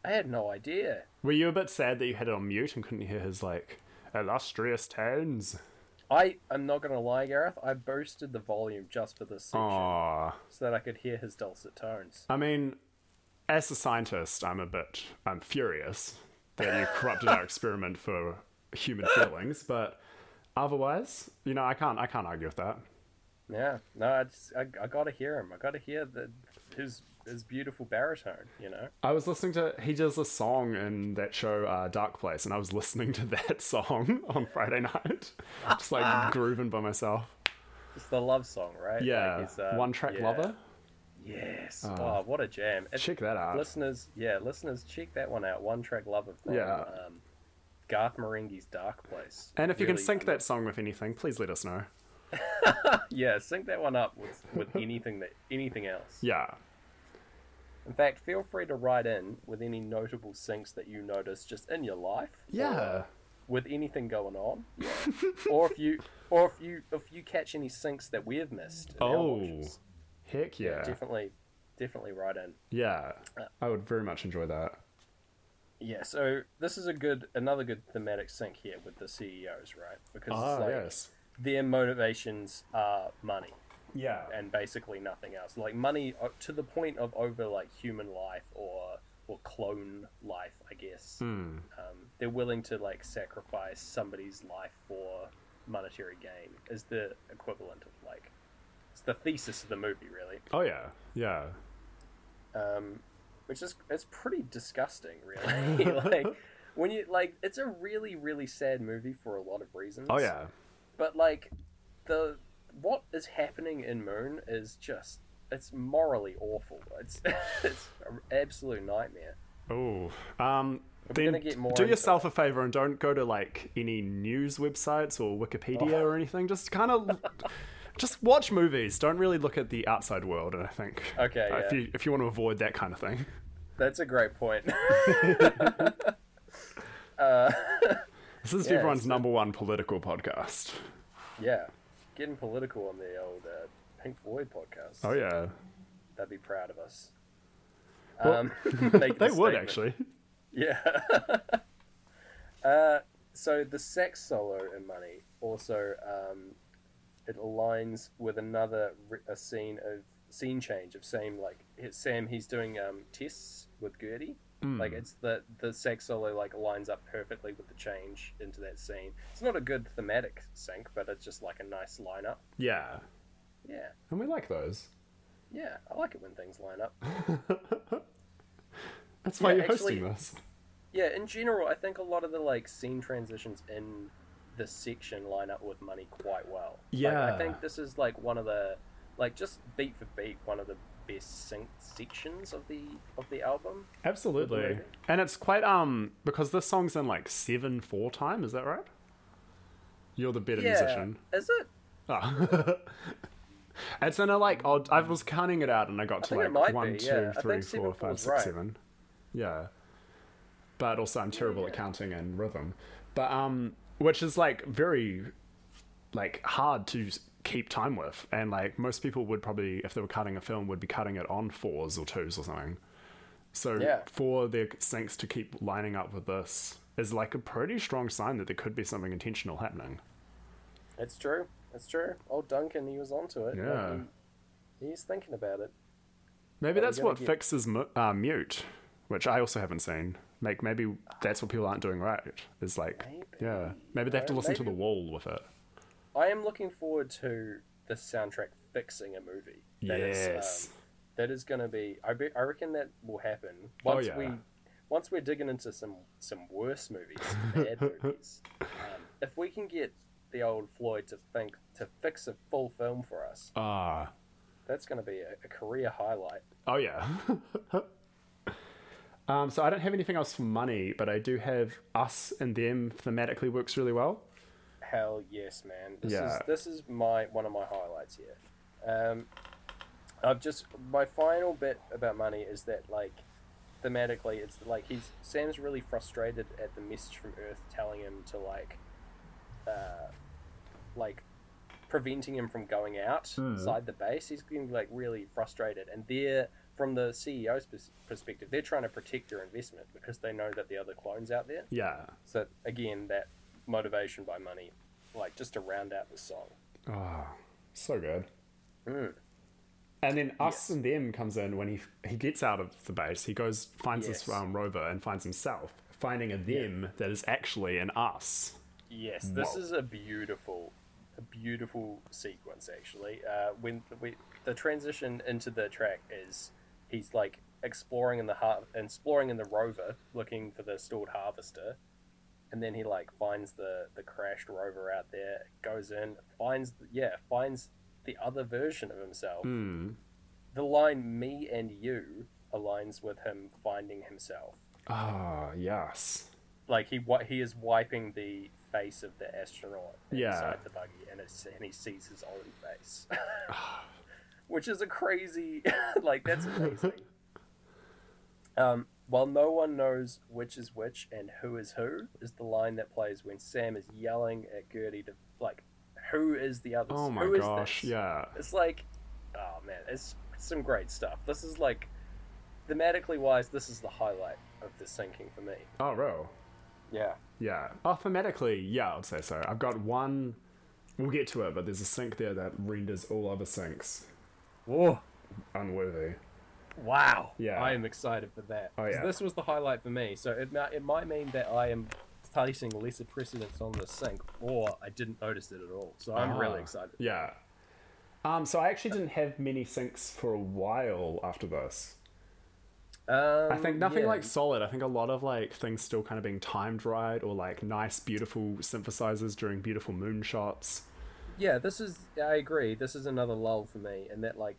S2: I had no idea.
S1: Were you a bit sad that you had it on mute and couldn't hear his like illustrious tones?
S2: I am not gonna lie, Gareth. I boosted the volume just for this section
S1: Aww.
S2: so that I could hear his dulcet tones.
S1: I mean, as a scientist, I'm a bit I'm furious that you corrupted our experiment for human feelings, but otherwise, you know, I can't I can't argue with that.
S2: Yeah, no, I, just, I, I gotta hear him. I gotta hear the his his beautiful baritone. You know,
S1: I was listening to he does a song in that show uh, Dark Place, and I was listening to that song on Friday night, just like grooving by myself.
S2: it's the love song, right?
S1: Yeah,
S2: Like, it's, uh,
S1: one track
S2: yeah.
S1: lover.
S2: Yes. oh, what a jam! It-
S1: Check that out.
S2: listeners, yeah, listeners, check that one out. One track lover from
S1: Yeah.
S2: um, Garth Marenghi's Dark Place.
S1: And if you can
S2: Really-
S1: sync that song with anything, please let us know.
S2: yeah, sync that one up with with anything that anything else.
S1: Yeah.
S2: In fact, feel free to write in with any notable syncs that you notice just in your life.
S1: Yeah.
S2: with anything going on, or if you or if you if you catch any sinks that we have missed. in our
S1: Oh.
S2: watches,
S1: Heck yeah.
S2: definitely, definitely right in.
S1: Yeah.
S2: Uh,
S1: I would very much enjoy that.
S2: Yeah, so this is a good another good thematic sync here with the CEOs, right? Because
S1: Ah,
S2: it's like
S1: yes.
S2: their motivations are money
S1: Yeah.
S2: and basically nothing else. Like money o- to the point of over like human life or or clone life, I guess.
S1: Hmm.
S2: Um, they're willing to like sacrifice somebody's life for monetary gain is the equivalent of like it's the thesis of the movie really,
S1: Oh yeah. Yeah.
S2: um, which is it's pretty disgusting really. like when you like it's a really really sad movie for a lot of reasons.
S1: Oh yeah.
S2: But like the what is happening in Moon is just it's morally awful. It's it's an absolute nightmare.
S1: Oh. Um then
S2: gonna get more
S1: do
S2: into
S1: yourself a favor and don't go to like any news websites or Wikipedia
S2: Oh.
S1: or anything. Just kind of just watch movies. Don't really look at the outside world, I think.
S2: Okay,
S1: Uh, If
S2: yeah.
S1: you if you want to avoid that kind of thing.
S2: That's a great point.
S1: This is
S2: Yeah,
S1: everyone's
S2: it's-
S1: number one political podcast.
S2: yeah, getting political on the old uh, Pink Floyd podcast.
S1: Oh yeah.
S2: They'd be proud of us.
S1: Well,
S2: um, make
S1: They
S2: the
S1: would
S2: statement.
S1: actually.
S2: Yeah. uh, so the sex solo in Money also um, it aligns with another re- a scene of scene change of Sam like his- Sam he's doing um, tests with Gertie.
S1: Hmm.
S2: Like it's the the sex solo like lines up perfectly with the change into that scene. It's not a good thematic sync, but it's just like a nice lineup.
S1: Yeah.
S2: Yeah,
S1: And we like those.
S2: yeah, I like it when things line up.
S1: That's why
S2: Yeah,
S1: you're hosting
S2: actually-
S1: this.
S2: Yeah, in general, I think a lot of the like scene transitions in the section line up with money quite well. Like,
S1: Yeah.
S2: I think this is like one of the like just beat for beat one of the best sync sections of the of the album.
S1: Absolutely.
S2: Whatever.
S1: And it's quite um because this song's in like seven four time, is that right? You're the better musician.
S2: is it?
S1: Oh. it's in a like odd I was counting it out and I got to
S2: think it
S1: like
S2: might
S1: one,
S2: be,
S1: two,
S2: yeah. I
S1: three,
S2: think seven
S1: four,
S2: four
S1: five,
S2: is
S1: six,
S2: right.
S1: seven. Yeah. But also I'm terrible at counting and rhythm. But um which is like very like hard to s- keep time with and like most people would probably if they were cutting a film would be cutting it on fours or twos or something so
S2: Yeah.
S1: for their syncs to keep lining up with this is like a pretty strong sign that there could be something intentional happening
S2: It's true. It's true. Old Duncan, he was onto it. Like,
S1: Yeah.
S2: he- he's thinking about it.
S1: maybe
S2: Well,
S1: that's
S2: you gotta
S1: what
S2: get-
S1: fixes mu- uh, mute which I also haven't seen. Like maybe that's what people aren't doing right. Is like,
S2: Maybe.
S1: yeah, maybe they have to
S2: Uh,
S1: listen to
S2: maybe-
S1: the wall with it.
S2: I am looking forward to the soundtrack fixing a movie. That is,
S1: yes.
S2: um, that is going to be. I be, I reckon that will happen
S1: Oh,
S2: once
S1: yeah.
S2: we once we're digging into some some worse movies, bad movies. Um, if we can get the old Floyd to think to fix a full film for us,
S1: Ah.
S2: that's going to be a, a career highlight.
S1: Oh yeah. um, so I don't have anything else for money, but I do have us and them thematically works really well.
S2: Hell yes, man. This is
S1: Yeah.
S2: this is my one of my highlights here. Um, I've just my final bit about money is that like thematically, it's like he's Sam's really frustrated at the message from Earth telling him to like, uh, like preventing him from going outside the base. He's getting like really frustrated, and they're from the CEO's pers- perspective, they're trying to protect their investment because they know that the other clones out there.
S1: Yeah.
S2: So again, that motivation by money, like just to round out the song.
S1: Oh, so good.
S2: Mm.
S1: And then us and them comes in when he he gets out of the base. He goes finds
S2: Yes.
S1: this um, rover and finds himself, finding a them that is actually an us.
S2: Yes, this
S1: Whoa.
S2: is a beautiful, a beautiful sequence actually. Uh, when we the transition into the track is he's like exploring in the har- exploring in the rover, looking for the stored harvester, and then he like finds the the crashed rover out there, goes in, finds yeah, finds the other version of himself. The line "me and you" aligns with him finding himself
S1: Ah, yes.
S2: like he wi- he is wiping the face of the astronaut
S1: Yeah.
S2: inside the buggy, and it's and he sees his own face, which is a crazy like that's amazing. um, while no one knows which is which and who is who is the line that plays when Sam is yelling at Gertie to like, who is the others?
S1: Oh my
S2: Who is
S1: gosh.
S2: this?
S1: Yeah.
S2: It's like, oh man, it's, it's some great stuff. This is like, thematically wise, this is the highlight of the sinking for me.
S1: Oh, row.
S2: Yeah.
S1: Yeah. Oh, thematically, yeah, I'd say so. I've got one. We'll get to it, but there's a sink there that renders all other sinks
S2: Whoa.
S1: unworthy.
S2: Wow.
S1: Oh. Yeah.
S2: I am excited for that.
S1: Oh,
S2: 'Cause
S1: yeah.
S2: This was the highlight for me. So it, might- it might mean that I am placing lesser precedence on the sink, or I didn't notice it at all. So I'm really
S1: Ah,
S2: excited.
S1: Yeah. Um, so I actually didn't have many sinks for a while after this.
S2: Um,
S1: I think nothing
S2: yeah.
S1: like solid. I think a lot of like things still kind of being timed right or like nice, beautiful synthesizers during beautiful moonshots.
S2: Yeah, this is. I agree. This is another lull for me, and that like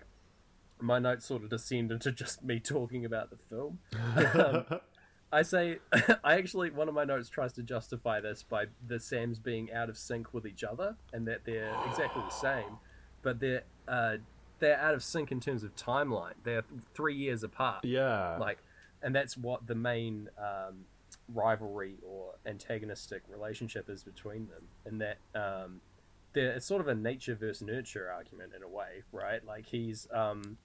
S2: my notes sort of descend into just me talking about the film. Um, I say, I actually one of my notes tries to justify this by the Sams being out of sync with each other, and that they're exactly the same, but they're uh, they're out of sync in terms of timeline. They're three years apart
S1: Yeah.
S2: like and that's what the main um, rivalry or antagonistic relationship is between them and that um, there it's sort of a nature versus nurture argument in a way right like he's um,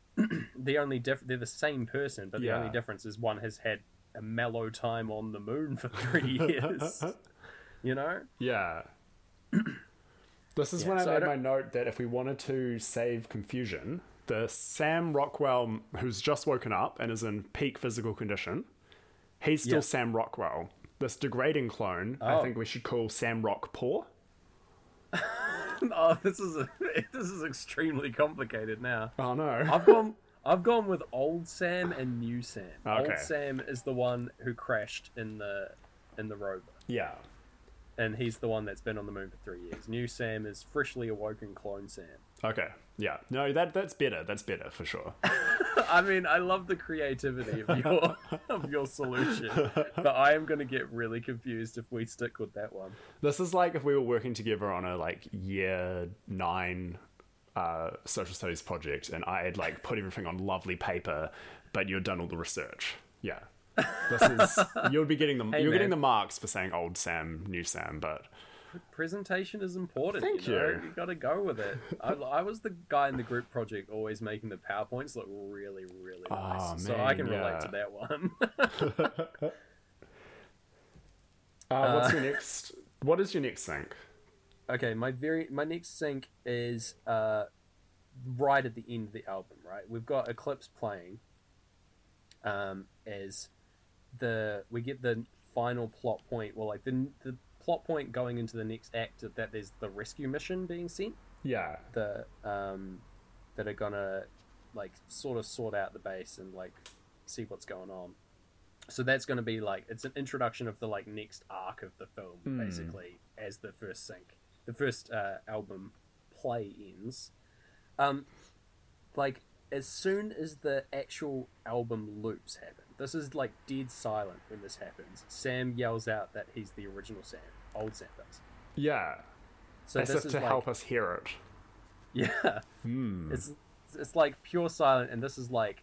S2: the only diff- they're the same person but the
S1: Yeah.
S2: only difference is one has had a mellow time on the moon for three years you know
S1: Yeah. this is
S2: Yeah,
S1: when I
S2: so I
S1: made
S2: don't-
S1: my note that if we wanted to save confusion, the Sam Rockwell who's just woken up and is in peak physical condition, he's still
S2: Yeah.
S1: Sam Rockwell. This degrading clone, I
S2: Oh.
S1: think we should call Sam Rock Poor.
S2: oh this is a, this is extremely complicated now
S1: Oh no.
S2: I've gone. I've gone with old Sam and new Sam.
S1: Okay.
S2: Old Sam is the one who crashed in the in the rover,
S1: yeah.
S2: and he's the one that's been on the moon for three years. New Sam is freshly awoken clone Sam.
S1: Okay. Yeah. No, that that's better. That's better for sure.
S2: I mean, I love the creativity of your of your solution, but I am going to get really confused if we stick with that one.
S1: this is like if we were working together on a like year nine uh, social studies project and I had like put everything on lovely paper, but you'd done all the research. Yeah. This is you'll be getting the you're getting
S2: man.
S1: the marks for saying old Sam, new Sam, but
S2: Presentation is important.
S1: Thank
S2: you. Know?
S1: you.
S2: You got to go with it. I, I was the guy in the group project always making the powerpoints look really, really nice,
S1: Oh,
S2: so I
S1: man,
S2: can
S1: yeah.
S2: relate to that one.
S1: uh, what's your next what is your next sync?
S2: Okay, my very my next sync is uh, right at the end of the album. Right, we've got Eclipse playing, um, is the we get the final plot point, well, like the the plot point going into the next act of that there's the rescue mission being sent
S1: Yeah.
S2: the um, that are gonna like sort of sort out the base and like see what's going on. So that's gonna be like it's an introduction of the like next arc of the film,
S1: Hmm.
S2: basically, as the first sync, the first uh, album play ends. Um, like as soon as the actual album loops happen, this is like dead silent when this happens. Sam yells out that he's the original Sam, old Sam does.
S1: Yeah.
S2: So
S1: As
S2: this
S1: if
S2: is
S1: to
S2: like, Hmm.
S1: help us hear it.
S2: yeah. It's it's like pure silent, and this is like,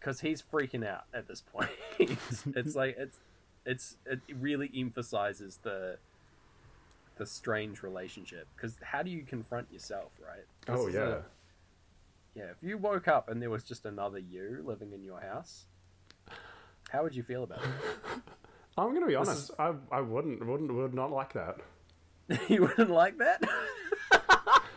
S2: because he's freaking out at this point. it's like it's it's it really emphasizes the the strange relationship. Because how do you confront yourself, right? This
S1: Oh
S2: is
S1: yeah.
S2: a- yeah. If you woke up and there was just another you living in your house, how would you feel about it?
S1: I'm gonna be
S2: This
S1: honest. I, I wouldn't wouldn't would not like that.
S2: you wouldn't like that.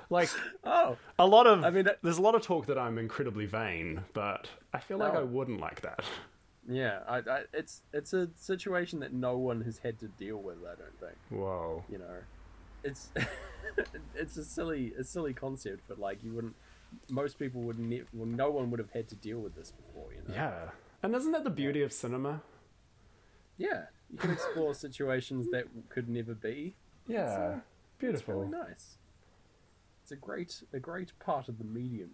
S1: Like
S2: oh,
S1: a lot of
S2: I mean, that-
S1: there's a lot of talk that I'm incredibly vain, but I feel like
S2: No.
S1: I wouldn't like that.
S2: yeah. I, I, it's it's a situation that no one has had to deal with. I don't think.
S1: Whoa.
S2: you know, it's it's a silly a silly concept, but like you wouldn't, most people would ne- well, no one would have had to deal with this before, you know.
S1: Yeah. And isn't that the beauty of cinema?
S2: Yeah, you can explore situations that could never be.
S1: Yeah. Beautiful.
S2: Really nice. It's a great a great part of the medium.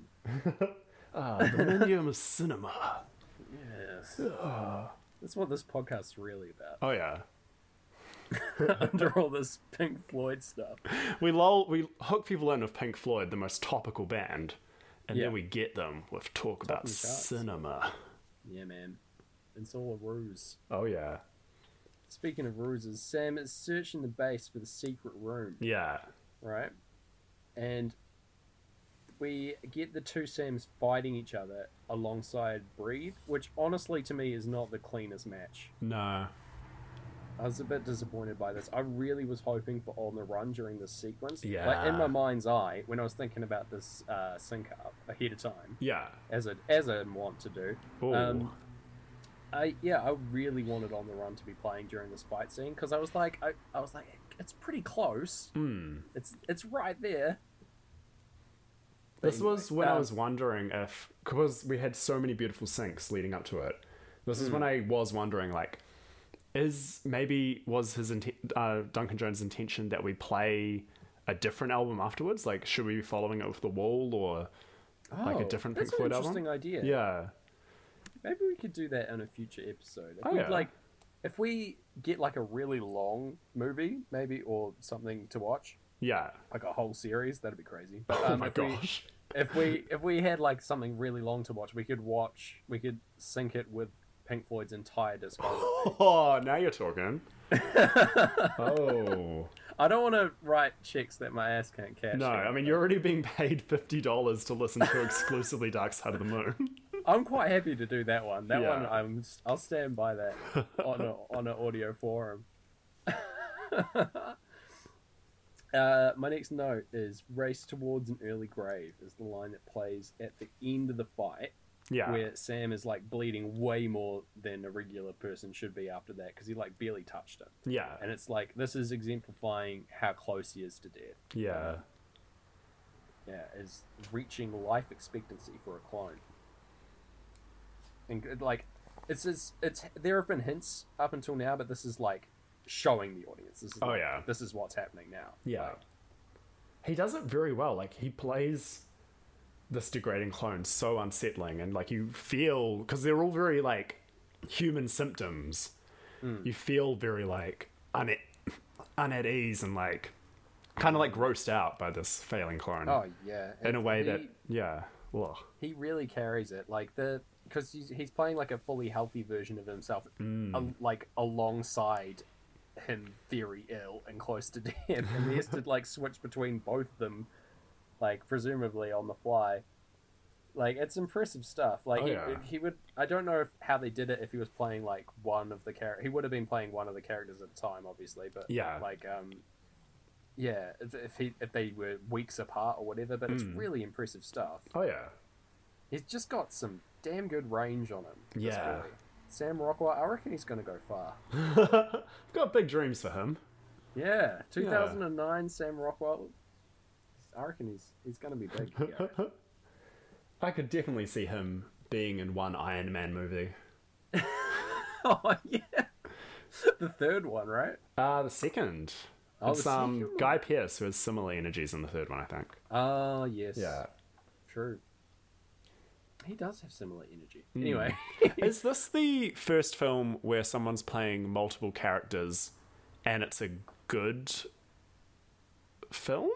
S1: Ah, the medium of cinema.
S2: Yes. That's what this podcast's really about.
S1: Oh yeah.
S2: Under all this Pink Floyd stuff.
S1: We lull we hook people in with Pink Floyd, the most topical band, and
S2: Yeah.
S1: then we get them with talk about
S2: Talking charts.
S1: cinema.
S2: Yeah, man. It's all a ruse.
S1: Oh yeah.
S2: Speaking of ruses, Sam is searching the base for the secret room.
S1: Yeah.
S2: right? And we get the two Sams fighting each other alongside Breathe, which honestly to me is not the cleanest match.
S1: No.
S2: I was a bit disappointed by this. I really was hoping for On the Run during this sequence. Like
S1: Yeah.
S2: in my mind's eye, when I was thinking about this uh, sync up ahead of time,
S1: Yeah.
S2: as I, as I want to do,
S1: Ooh.
S2: Um, I yeah, I really wanted On the Run to be playing during this fight scene because I was like, I, I was like, it's pretty close.
S1: Hmm.
S2: It's it's right there. But
S1: This
S2: anyway,
S1: was when I
S2: um,
S1: was wondering if, because we had so many beautiful syncs leading up to it. This is when
S2: Hmm.
S1: I was wondering, like, is maybe was his inten- uh, Duncan Jones' intention that we play a different album afterwards? Like, should we be following it with the Wall or like a
S2: Oh,
S1: different
S2: that's
S1: Pink Floyd
S2: an
S1: album?
S2: interesting idea.
S1: Yeah,
S2: Maybe we could do that in a future episode. If
S1: Oh,
S2: we,
S1: yeah.
S2: Like, if we get like a really long movie, maybe or something to watch,
S1: yeah.
S2: like a whole series, that'd be crazy. But,
S1: Oh
S2: um,
S1: my
S2: if we-
S1: gosh.
S2: if we if we had like something really long to watch, we could watch. We could sync it with Pink Floyd's entire discography.
S1: Oh, now you're talking. oh
S2: I don't want to write checks that my ass can't cash.
S1: no!
S2: yet.
S1: I mean, you're already being paid fifty dollars to listen to exclusively Dark Side of the Moon.
S2: I'm quite happy to do that one. That
S1: Yeah.
S2: one, I'm I'll stand by that on a, on an audio forum. uh, my next note is "Race towards an early grave" is the line that plays at the end of the fight,
S1: Yeah.
S2: where Sam is like bleeding way more than a regular person should be after that because he like barely touched him,
S1: Yeah.
S2: and it's like this is exemplifying how close he is to death.
S1: Yeah.
S2: yeah, uh, is reaching life expectancy for a clone. And it, like, it's it's it's there have been hints up until now, but this is like showing the audience. This is
S1: Oh,
S2: like,
S1: yeah.
S2: this is what's happening now.
S1: Yeah. He does it very well. Like he plays this degrading clone so unsettling and like you feel cuz they're all very like human symptoms.
S2: Mm.
S1: You feel very like un un at ease and like kind of like grossed out by this failing clone
S2: Oh yeah,
S1: in a
S2: and
S1: way
S2: he,
S1: that yeah. Well,
S2: he really carries it. Like the because he's, he's playing like a fully healthy version of himself,
S1: Mm.
S2: al- like alongside him very ill and close to death, and he has to like switch between both of them, like presumably on the fly. Like it's impressive stuff. Like
S1: Oh,
S2: he,
S1: yeah.
S2: he would. I don't know if, how they did it. If he was playing like one of the character, he would have been playing one of the characters at the time, obviously. But
S1: Yeah.
S2: like um, yeah,
S1: Mm.
S2: if- if he if they were weeks apart or whatever. But it's really impressive stuff
S1: oh yeah.
S2: He's just got some damn good range on him. this
S1: Yeah.
S2: boy. Sam Rockwell, I reckon he's going to go far.
S1: I've got big dreams for him.
S2: Yeah, 2009 Sam Rockwell. I reckon he's he's going to be big. Yeah.
S1: I could definitely see him being in one Iron Man movie.
S2: oh yeah, the third one, right?
S1: Uh, the second.
S2: Oh,
S1: it's
S2: the
S1: um,
S2: second one.
S1: Guy Pearce who has similar energies in the third one, I think.
S2: Oh yes. True. He does have similar energy.
S1: Hmm.
S2: Anyway,
S1: Is this the first film where someone's playing multiple characters and it's a good film?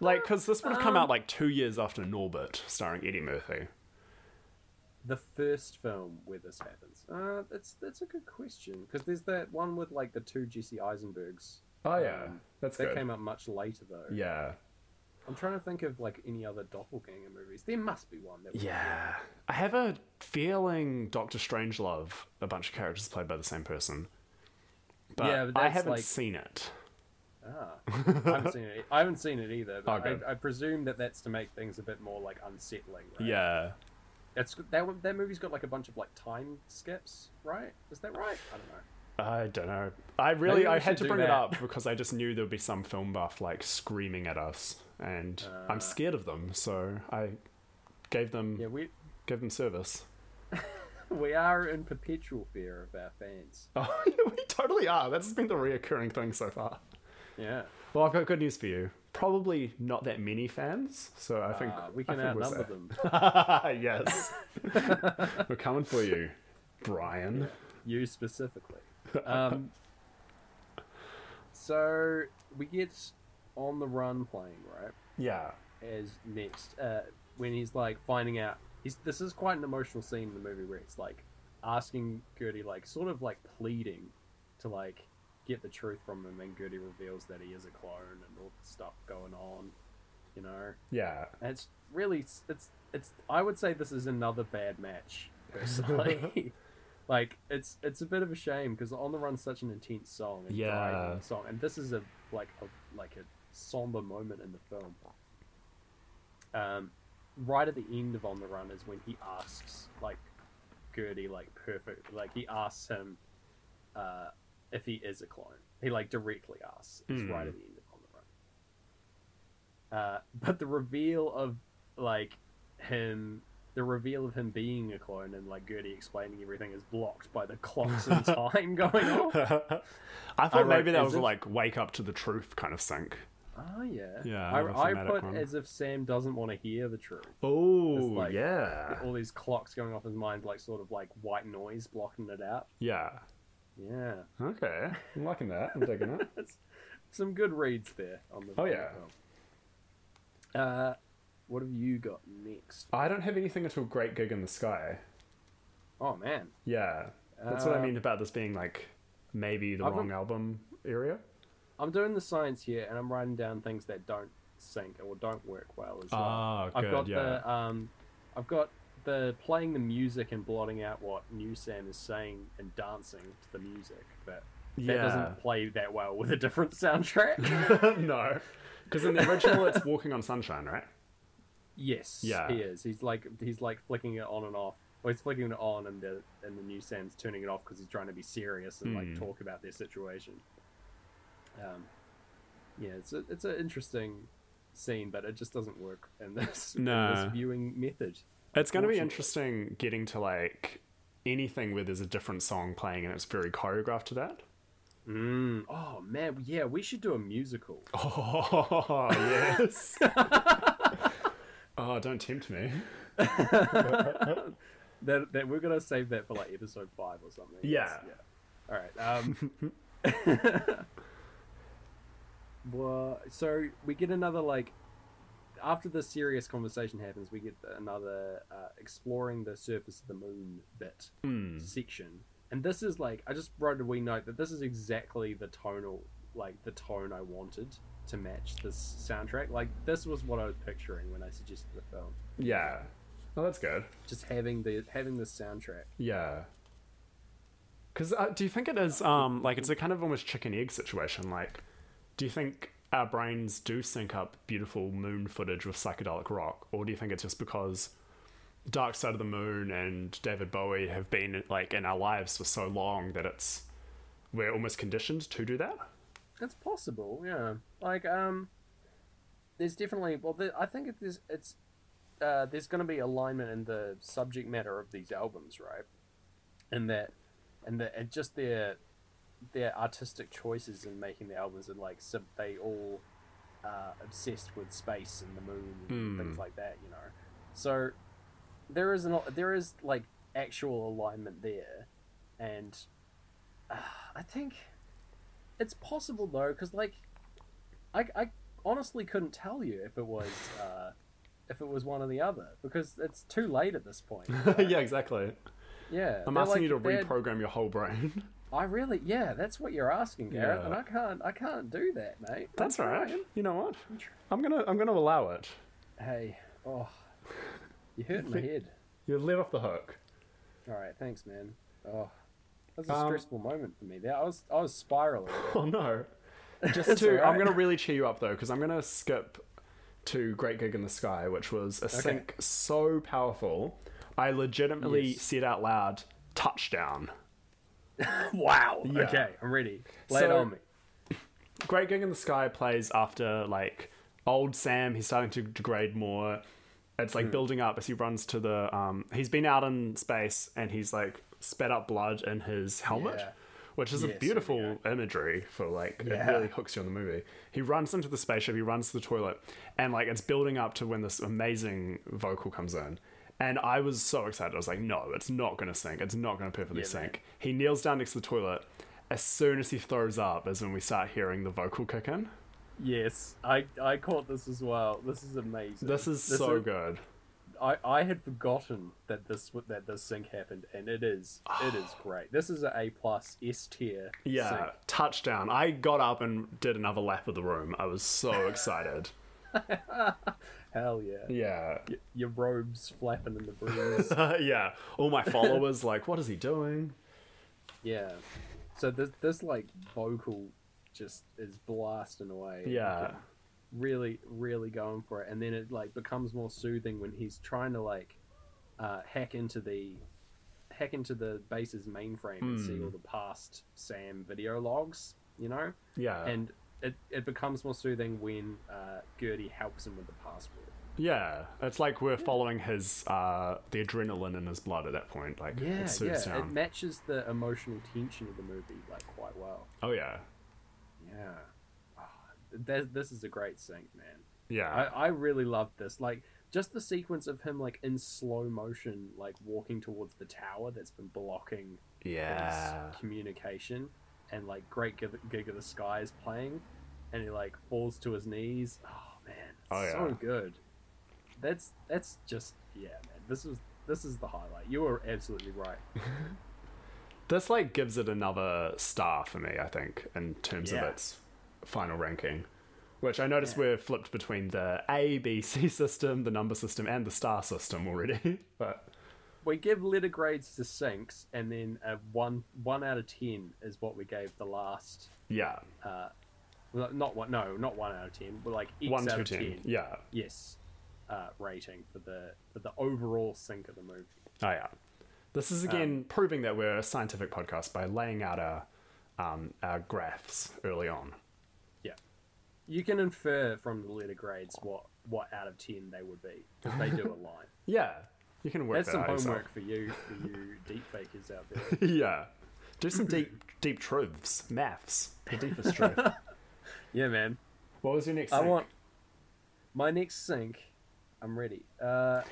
S1: like, because this would have
S2: Um.
S1: come out like two years after Norbert, starring Eddie Murphy.
S2: the first film where this happens. Uh, that's that's a good question because there's that one with like the two Jesse Eisenbergs.
S1: Oh, yeah. That's
S2: That
S1: good.
S2: came out much later though.
S1: Yeah.
S2: I'm trying to think of like any other doppelganger movies. There must be one that. we-
S1: Yeah. I have a feeling Doctor Strangelove, a bunch of characters played by the same person. But,
S2: Yeah, but
S1: I
S2: that's,
S1: haven't
S2: like-
S1: seen it.
S2: Ah, I haven't seen it. I haven't seen it either. But
S1: Oh, good.
S2: I, I presume that that's to make things a bit more like unsettling. Right?
S1: Yeah.
S2: that's that. one- That movie's got like a bunch of like time skips, right? Is that right? I don't know.
S1: I don't know. I really
S2: Maybe we
S1: I had
S2: should
S1: to
S2: do
S1: bring it
S2: that.
S1: up because I just knew there would be some film buff like screaming at us, and I'm scared of them. So I gave them
S2: Uh. Yeah, we
S1: gave them service.
S2: we are in perpetual fear of our fans.
S1: Oh, yeah, we totally are. That's been the reoccurring thing so far.
S2: Yeah,
S1: Well, I've got good news for you. Probably not that many fans, so I think
S2: uh, we
S1: I
S2: can
S1: think we're
S2: outnumber
S1: safe.
S2: them
S1: yes, we're coming for you, Brian.
S2: you specifically. Um, so we get on the run playing right
S1: Yeah,
S2: as next uh, when he's like finding out. He's this is quite an emotional scene in the movie where he's like asking Gertie like sort of like pleading to like get the truth from him, and Gertie reveals that he is a clone and all the stuff going on. You know,
S1: yeah.
S2: And it's really it's it's I would say this is another bad match personally. like it's it's a bit of a shame because on the run's such an intense song and
S1: Yeah.
S2: driving song, and this is a like a like a somber moment in the film. Um, right at the end of on the run is when he asks like Gertie like perfect like he asks him uh, if he is a clone. He like directly asks. It's
S1: Hmm.
S2: right at the end of on the run. Uh, but the reveal of like him the reveal of him being a clone and like Gertie explaining everything is blocked by the clocks and time going off.
S1: I thought
S2: wrote,
S1: maybe that
S2: "Is
S1: was
S2: it?"
S1: like wake up to the truth kind of sync.
S2: Oh yeah.
S1: Yeah, I have a
S2: I, I
S1: thematic
S2: put
S1: one.
S2: as if Sam doesn't want to hear the truth.
S1: Oh
S2: It's like-
S1: yeah,
S2: All these clocks going off his mind like sort of like white noise blocking it out.
S1: yeah.
S2: Yeah.
S1: Okay, I'm liking that. I'm digging it.
S2: That's some good reads there on the
S1: Oh,
S2: on the
S1: yeah.
S2: film. Uh what have you got next?
S1: I don't have anything until Great Gig in the Sky.
S2: Oh man.
S1: Yeah, that's what I
S2: Uh,
S1: mean about this being like maybe the
S2: I've
S1: wrong
S2: got-
S1: album area.
S2: I'm doing the science here, and I'm writing down things that don't sync or don't work well as well.
S1: Ah,
S2: I've
S1: good,
S2: got
S1: yeah.
S2: the um, I've got the playing the music and blotting out what New Sam is saying and dancing to the music, but that doesn't play that well with a different soundtrack.
S1: no, because in the original it's Walking on Sunshine, right?
S2: yes,
S1: Yeah.
S2: he is. He's like he's like flicking it on and off. Well, he's flicking it on, and the and the New Sam's turning it off because he's trying to be serious and
S1: Hmm.
S2: like talk about their situation. Um, yeah, it's a, it's an interesting scene, but it just doesn't work in this, in
S1: Nah.
S2: this viewing method.
S1: It's going to be
S2: Unfortunately.
S1: interesting getting to like anything where there's a different song playing and it's very choreographed to that.
S2: Mm. Oh man, yeah, we should do a musical.
S1: Oh yes. oh, don't tempt me.
S2: That, that we're gonna save that for like episode five or something.
S1: Yeah.
S2: yeah. All right. Um. well, so we get another like after the serious conversation happens, we get another uh, exploring the surface of the moon bit
S1: Hmm.
S2: section, and this is like I just wrote a wee note that this is exactly the tonal like the tone I wanted to match this soundtrack. Like this was what I was picturing when I suggested the film.
S1: Yeah. Oh, that's good.
S2: just having the having the soundtrack.
S1: Yeah. Because uh, do you think it is um like it's a kind of almost chicken egg situation? Like, do you think our brains do sync up beautiful moon footage with psychedelic rock, or do you think it's just because Dark Side of the Moon and David Bowie have been like in our lives for so long that it's we're almost conditioned to do that?
S2: It's possible, yeah. Like, um, there's definitely well, there, I think it, there's it's uh, there's going to be alignment in the subject matter of these albums, right? And that, and that and just their their artistic choices in making the albums and like sub, they all uh, obsessed with space and the moon and
S1: Hmm.
S2: things like that, you know. So there is an there is like actual alignment there, and uh, I think it's possible though, because like I, I honestly couldn't tell you if it was uh, if it was one or the other because it's too late at this point.
S1: yeah, exactly.
S2: Yeah,
S1: I'm
S2: they're
S1: asking
S2: like-
S1: you to
S2: they're-
S1: reprogram your whole brain.
S2: I really, yeah, that's what you're asking, Garrett,
S1: Yeah.
S2: and I can't, I can't do that, mate.
S1: That's
S2: I'm
S1: all right.
S2: trying.
S1: You know what? I'm gonna I'm gonna allow it.
S2: Hey, oh, you hurt my head.
S1: You live off the hook.
S2: All right, thanks, man. Oh, that was a
S1: Um,
S2: stressful moment for me. There, I was, I was spiraling.
S1: Oh no. Just
S2: It's
S1: to,
S2: all right.
S1: I'm going to really cheer you up though, because I'm going to skip to Great Gig in the Sky, which was a sync so powerful, I legitimately
S2: Yes.
S1: said out loud, touchdown.
S2: wow.
S1: Yeah.
S2: Okay, I'm ready. Lay it
S1: So-
S2: on me.
S1: Great Gig in the Sky plays after like old Sam. He's starting to degrade more. It's
S2: Hmm.
S1: like building up as he runs to the. Um, he's been out in space and he's like spat up blood in his helmet,
S2: Yeah.
S1: which is
S2: Yes,
S1: a
S2: there we
S1: beautiful imagery for like
S2: Yeah.
S1: it really hooks you in the movie. He runs into the spaceship. He runs to the toilet, and like it's building up to when this amazing vocal comes in. And I was so excited. I was like, no, it's not going to sink. It's not going to perfectly
S2: Yeah,
S1: sink. He kneels down next to the toilet. As soon as he throws up, is when we start hearing the vocal kick in.
S2: Yes, I, I caught this as well. This is amazing.
S1: This is so
S2: is-
S1: good.
S2: I, I had forgotten that this w- that this sync happened, and it is it is great. This is a A plus S tier.
S1: Yeah,
S2: sync.
S1: touchdown. I got up and did another lap of the room. I was so excited.
S2: hell yeah.
S1: yeah.
S2: Y- Your robes flapping in the breeze.
S1: yeah. All my followers, like, what is he doing?
S2: yeah. So this this like vocal just is blasting away.
S1: Yeah.
S2: Really, really going for it, and then it like becomes more soothing when he's trying to like uh, hack into the hack into the base's mainframe and
S1: Hmm.
S2: see all the past Sam video logs. You know.
S1: Yeah.
S2: and it, it becomes more soothing when uh, Gertie helps him with the passport.
S1: yeah. It's like we're following his, uh, the adrenaline in his blood at that point. Like,
S2: Yeah,
S1: it
S2: yeah,
S1: suits
S2: it
S1: down.
S2: matches the emotional tension of the movie like quite well.
S1: oh, yeah.
S2: Yeah, Ah, th- this is a great sync, man. I,
S1: Yeah.
S2: I really loved this. Like just the sequence of him like in slow motion, like walking towards the tower that's been blocking
S1: yeah.
S2: his communication, and like Great Gig, Gig of the Sky is playing, and he like falls to his knees. Oh man,
S1: Oh,
S2: so
S1: yeah.
S2: good. That's that's just yeah, man. This was this is the highlight. You were absolutely right.
S1: This, like, gives it another star for me, I think, in terms
S2: Yeah.
S1: of its final ranking. Which I noticed
S2: Yeah.
S1: we're flipped between the A, B, C system, the number system, and the star system already. but
S2: We give letter grades to sinks, and then a one one out of ten is what we gave the last.
S1: yeah.
S2: Uh, well, not what? No, not one out of ten. But like X
S1: One,
S2: out
S1: two,
S2: of
S1: ten.
S2: ten.
S1: Yeah.
S2: Yes, uh, rating for the for the overall sink of the movie.
S1: Oh, yeah. This is
S2: Um,
S1: again proving that we're a scientific podcast by laying out our, um, our graphs early on.
S2: Yeah. You can infer from the letter grades what, what out of 10 they would be because they do align.
S1: Yeah. You can work
S2: That's
S1: that
S2: some
S1: out yourself.
S2: homework for you, for you deep fakers out there.
S1: yeah. Do some deep, deep truths, maths, the deepest truth.
S2: Yeah, man.
S1: What was your next?
S2: I
S1: thing?
S2: want my next sync. I'm ready. Uh,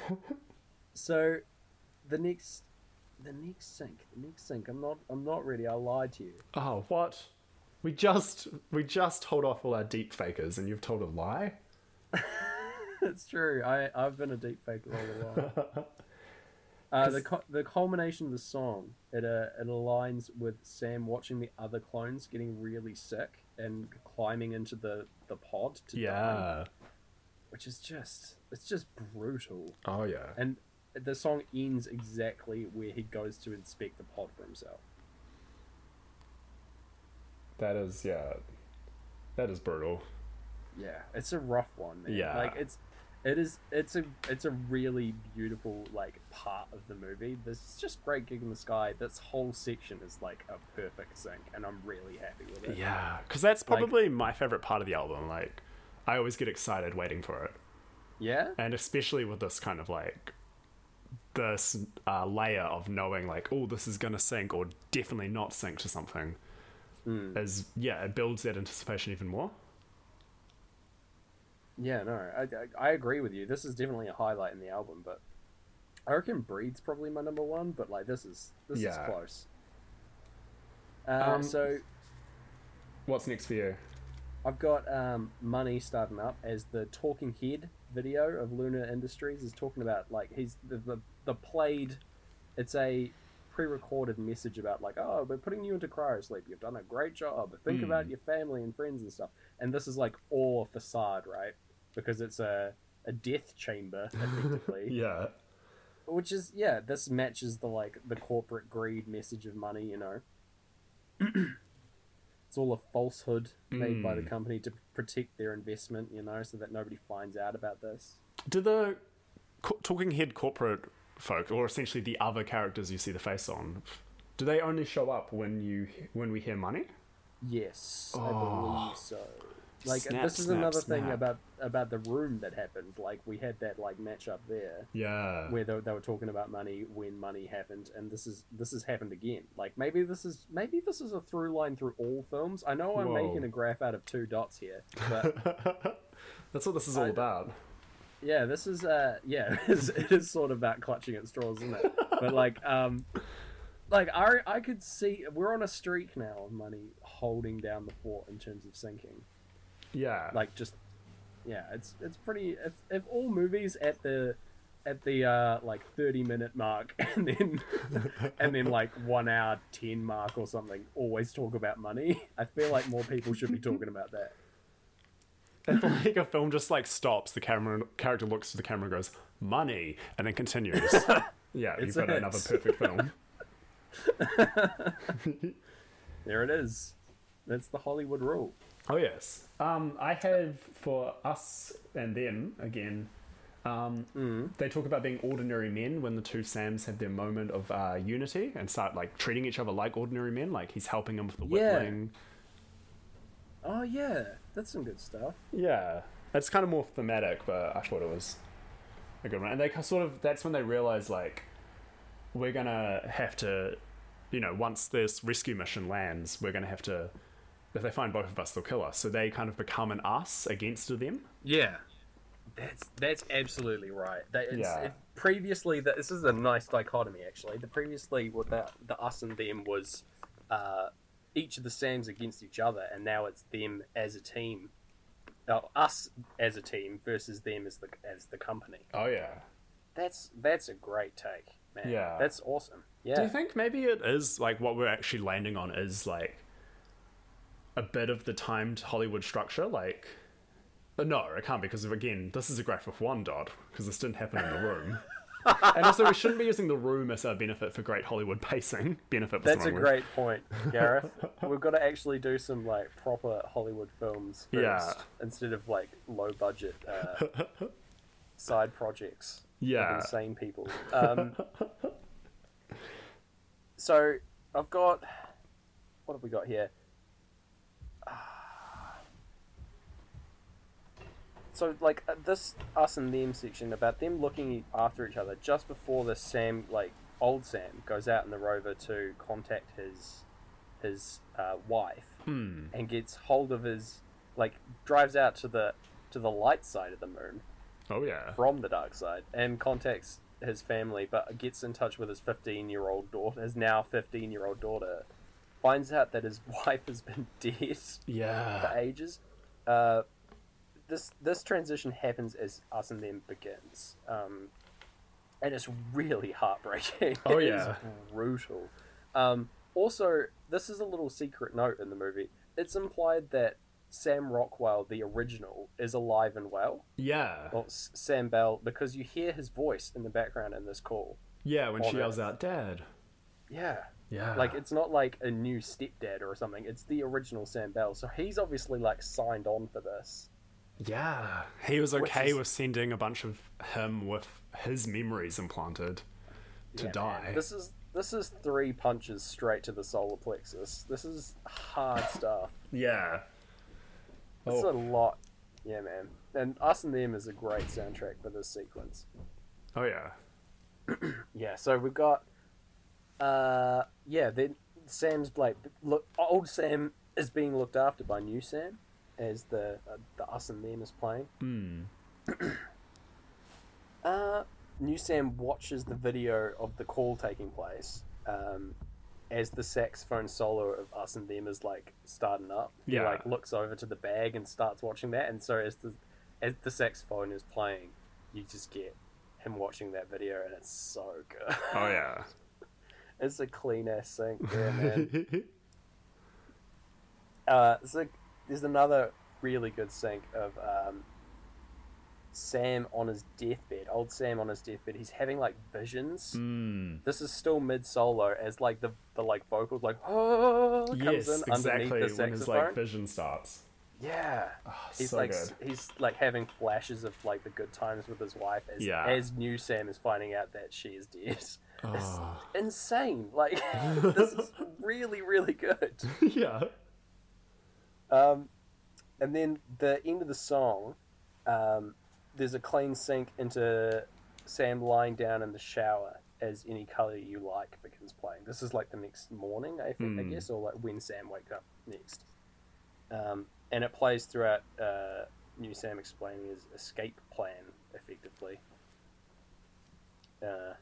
S2: so the next, the next sync, the next sync. I'm not. I'm not ready. I lied to you.
S1: Oh, what? We just we just told off all our deep fakers, and you've told a lie.
S2: It's true. I I've been a deep faker all along. Uh, the cu- the culmination of the song it uh, it aligns with Sam watching the other clones getting really sick and climbing into the, the pod to die,
S1: Yeah.
S2: which is just it's just brutal.
S1: Oh yeah.
S2: And the song ends exactly where he goes to inspect the pod for himself.
S1: That is yeah. That is brutal.
S2: yeah, it's a rough one, man.
S1: Yeah.
S2: Like it's it is it's a it's a really beautiful like part of the movie. This is just great gig in the sky. This whole section is like a perfect sync and I'm really happy with it.
S1: Yeah, because that's
S2: Like-
S1: probably my favorite part of the album. Like, I always get excited waiting for it,
S2: Yeah?
S1: and especially with this kind of like this uh, layer of knowing like, oh, this is gonna sink or definitely not sink to something. Is yeah, it builds that anticipation even more.
S2: Yeah, no. I, I I agree with you. This is definitely a highlight in the album, but I reckon Breed's probably my number one, but like this is this
S1: Yeah.
S2: is close. Uh,
S1: Um,
S2: so
S1: What's next for you?
S2: I've got um, money starting up as the talking head video of Luna Industries is talking about like he's the the, the played. It's a pre-recorded message about like oh we're putting you into cryosleep you've done a great job think
S1: Hmm.
S2: about your family and friends and stuff and this is like all a facade right because it's a a death chamber effectively
S1: Yeah,
S2: which is yeah this matches the like the corporate greed message of money you know it's all a falsehood made by the
S1: Mm.
S2: company to protect their investment you know so that nobody finds out about this
S1: do the co- talking head corporate folk, or essentially the other characters you see the face on, do they only show up when you when we hear money?
S2: yes i
S1: Oh.
S2: believe so like
S1: Snap,
S2: this is
S1: snap,
S2: another thing
S1: snap.
S2: about about the room that happened like we had that like match up there
S1: Yeah,
S2: where they, they were talking about money when money happened and this is this has happened again like maybe this is maybe this is a through line through all films i know i'm
S1: Whoa.
S2: making a graph out of two dots here but
S1: that's what this is all
S2: I-
S1: about.
S2: yeah this is uh yeah it is, it is sort of about clutching at straws isn't it but like um like i i could see we're on a streak now of money holding down the fort in terms of sinking
S1: Yeah,
S2: like just yeah it's it's pretty if, if all movies at the at the uh like 30 minute mark and then and then like one hour 10 mark or something always talk about money i feel like more people should be talking about that
S1: If like a film just like stops, the camera character looks to the camera and goes money, and then continues. yeah, you've
S2: It's
S1: got
S2: a
S1: another
S2: hit.
S1: perfect film.
S2: there it is that's the hollywood rule
S1: Oh yes. Um, I have for us and them again. Um, They talk about being ordinary men when the two Sams have their moment of uh, unity and start like treating each other like ordinary men. Like he's helping him with the
S2: Yeah.
S1: whittling.
S2: oh yeah that's some good stuff
S1: Yeah, that's kind of more thematic, but I thought it was a good one. And they ca- sort of that's when they realize like we're gonna have to, you know, once this rescue mission lands, we're gonna have to. If they find both of us, they'll kill us. So they kind of become an us against them.
S2: yeah that's that's absolutely right. That it's,
S1: Yeah.
S2: it, previously, that this is a nice dichotomy actually. The previously, what the the us and them was uh, each of the Sams against each other, and now it's them as a team. Uh, us as a team versus them as the as the company.
S1: Oh yeah.
S2: That's that's a great take, man.
S1: Yeah.
S2: that's awesome. Yeah,
S1: Do you think maybe it is like what we're actually landing on is like a bit of the timed Hollywood structure? Like, but no, it can't because of, again, this is a graph with one dot because this didn't happen in the room. and also, we shouldn't be using the room as our benefit for great Hollywood pacing. Benefit was the
S2: that's a
S1: wrong word.
S2: great point, Gareth. We've got to actually do some like proper Hollywood films first,
S1: Yeah.
S2: instead of like low budget uh, side projects.
S1: Yeah.
S2: of insane people. Um, so I've got what have we got here? Ah. So like uh, this us and them section about them looking after each other just before the Sam like old Sam goes out in the rover to contact his his uh, wife
S1: Hmm.
S2: and gets hold of his like drives out to the to the light side of the moon
S1: Oh, yeah.
S2: from the dark side and contacts his family but gets in touch with his 15 year old daughter his now 15 year old daughter finds out that his wife has been dead for
S1: Yeah.
S2: ages uh, this this transition happens as us and them begins um, and it's really heartbreaking
S1: Oh,
S2: It is
S1: yeah.
S2: brutal um, also this is a little secret note in the movie it's implied that sam rockwell the original is alive and well
S1: Yeah.
S2: well, S- Sam Bell, because you hear his voice in the background in this call.
S1: Yeah, when
S2: Oh,
S1: she
S2: no.
S1: yells out, Dad.
S2: Yeah.
S1: Yeah.
S2: Like, it's not like a new stepdad or something. It's the original Sam Bell. So he's obviously, like, signed on for this.
S1: Yeah. He was
S2: Which
S1: okay
S2: is-
S1: with sending a bunch of him with his memories implanted to
S2: Yeah.
S1: die.
S2: This is this is three punches straight to the solar plexus. This is hard stuff.
S1: Yeah.
S2: It's
S1: Oh.
S2: a lot. Yeah, man. And Us and Them is a great soundtrack for this sequence.
S1: Oh yeah.
S2: Yeah, so we've got uh yeah, then Sam's Blake look old Sam is being looked after by new Sam as the uh, the Us and Them is playing.
S1: Hmm.
S2: uh new Sam watches the video of the call taking place. Um as the saxophone solo of us and them is like starting up, he
S1: Yeah.
S2: like looks over to the bag and starts watching that. And so as the as the saxophone is playing, you just get him watching that video, and it's so good.
S1: Oh yeah.
S2: it's a clean ass sink, yeah, man. uh, it's like there's another really good sync of um, Sam on his deathbed, old Sam on his deathbed. He's having like visions.
S1: mm.
S2: This is still mid solo as like the the like vocals like oh comes
S1: Yes,
S2: in underneath
S1: exactly.
S2: the
S1: When his like
S2: saxophone.
S1: vision starts.
S2: yeah, Oh, he's
S1: so
S2: like
S1: good.
S2: s- he's like having flashes of like the good times with his wife as
S1: Yeah.
S2: as new Sam is finding out that she is dead. It's
S1: Oh.
S2: insane. Like this is really really good.
S1: yeah.
S2: Um, and then the end of the song, um, there's a clean sink into Sam lying down in the shower as any color you like begins playing. This is like the next morning, I think, I
S1: Hmm.
S2: guess, or like when Sam wakes up next. Um, and it plays throughout uh, New Sam explaining his escape plan, effectively. Uh,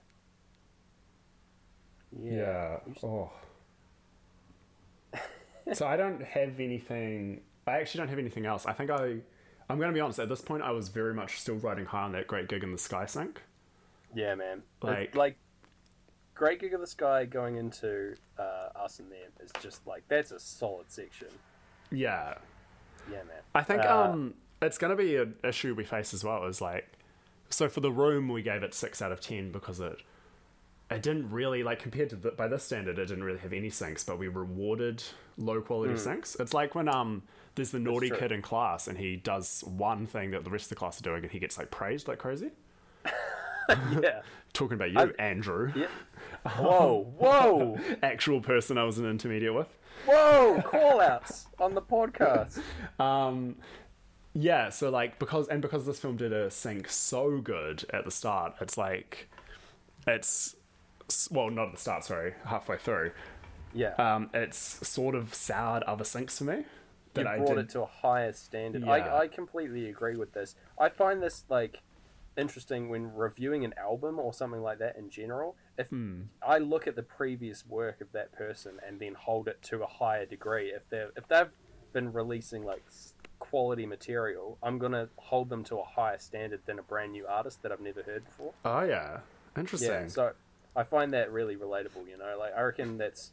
S1: Yeah. Oh. so I don't have anything. I actually don't have anything else. I think I. I'm going to be honest. At this point, I was very much still riding high on that great gig in the Sky Sync.
S2: Yeah, man.
S1: Like-
S2: Like, like Great Gig of the Sky going into uh, Us and Them is just like, that's a solid section.
S1: Yeah.
S2: Yeah, man.
S1: I think
S2: Uh,
S1: um, it's going to be an issue we face as well. Is like, so for the room we gave it six out of ten because it, it didn't really like compared to the, by this standard it didn't really have any sinks, but we rewarded low quality sinks. It's like when um, there's the naughty
S2: Hmm. true.
S1: kid in class and he does one thing that the rest of the class are doing and he gets like praised like crazy.
S2: Yeah.
S1: Talking about you, Andrew,
S2: yeah. Whoa, whoa,
S1: actual person I was an intermediate with.
S2: whoa, call outs on the podcast.
S1: Um, yeah, so like because and because this film did a sync so good at the start, it's like it's s- well not at the start, sorry, halfway through.
S2: Yeah.
S1: Um, it's sort of soured other syncs for me that
S2: you
S1: I
S2: brought
S1: did.
S2: it to a higher standard.
S1: Yeah.
S2: I, I completely agree with this. I find this like interesting when reviewing an album or something like that in general. If
S1: Hmm.
S2: I look at the previous work of that person and then hold it to a higher degree, if they if they've been releasing like s- quality material, I'm gonna hold them to a higher standard than a brand new artist that I've never heard before.
S1: oh yeah, interesting.
S2: Yeah, so I find that really relatable. You know, like I reckon that's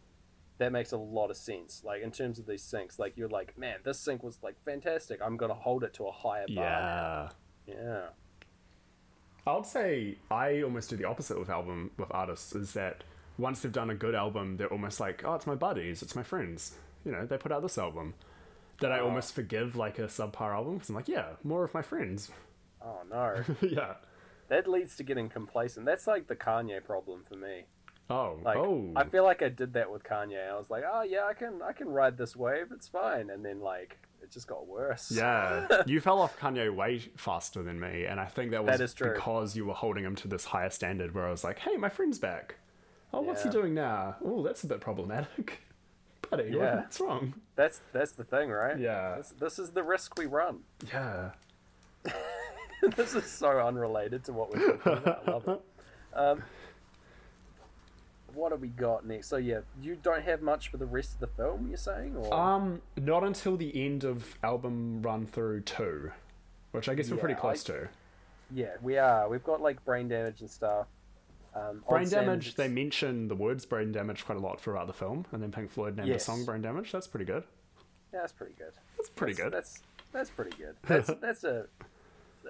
S2: that makes a lot of sense. Like in terms of these sinks, like you're like, man, this sink was like fantastic. I'm gonna hold it to a higher bar.
S1: yeah.
S2: Yeah,
S1: I would say I almost do the opposite with album with artists is that once they've done a good album, they're almost like, oh, it's my buddies, it's my friends. You know, they put out this album that
S2: Ah.
S1: I almost forgive like a subpar album because I'm like, yeah, more of my friends.
S2: Oh no,
S1: yeah.
S2: that leads to getting complacent. That's like the Kanye problem for me.
S1: Oh.
S2: Like
S1: oh.
S2: I feel like I did that with Kanye. I was like, oh yeah, I can I can ride this wave. It's fine. And then like it just got worse.
S1: yeah. you fell off Kanye way faster than me, and I think that was
S2: That is true.
S1: because you were holding him to this higher standard where I was like, hey, my friend's back. Oh, what's he
S2: Yeah.
S1: doing now? Oh, that's a bit problematic. Buddy,
S2: Yeah.
S1: what's wrong?
S2: That's that's the thing, right?
S1: Yeah.
S2: This, this is the risk we run.
S1: Yeah.
S2: this is so unrelated to what we're talking about. I love it. Um, what have we got next? So yeah, you don't have much for the rest of the film. You're saying, or
S1: Um, not until the end of album run through two, which I guess we're pretty
S2: Yeah,
S1: close
S2: I-
S1: to.
S2: yeah, we are. We've got like brain damage and stuff. Um,
S1: Brain
S2: Odd Sam's-
S1: damage. They mention the words brain damage quite a lot throughout the film, and then Pink Floyd named
S2: Yes.
S1: a song brain damage. That's pretty good.
S2: Yeah, that's pretty good.
S1: That's pretty
S2: That's-
S1: good.
S2: That's that's pretty good. That's that's a,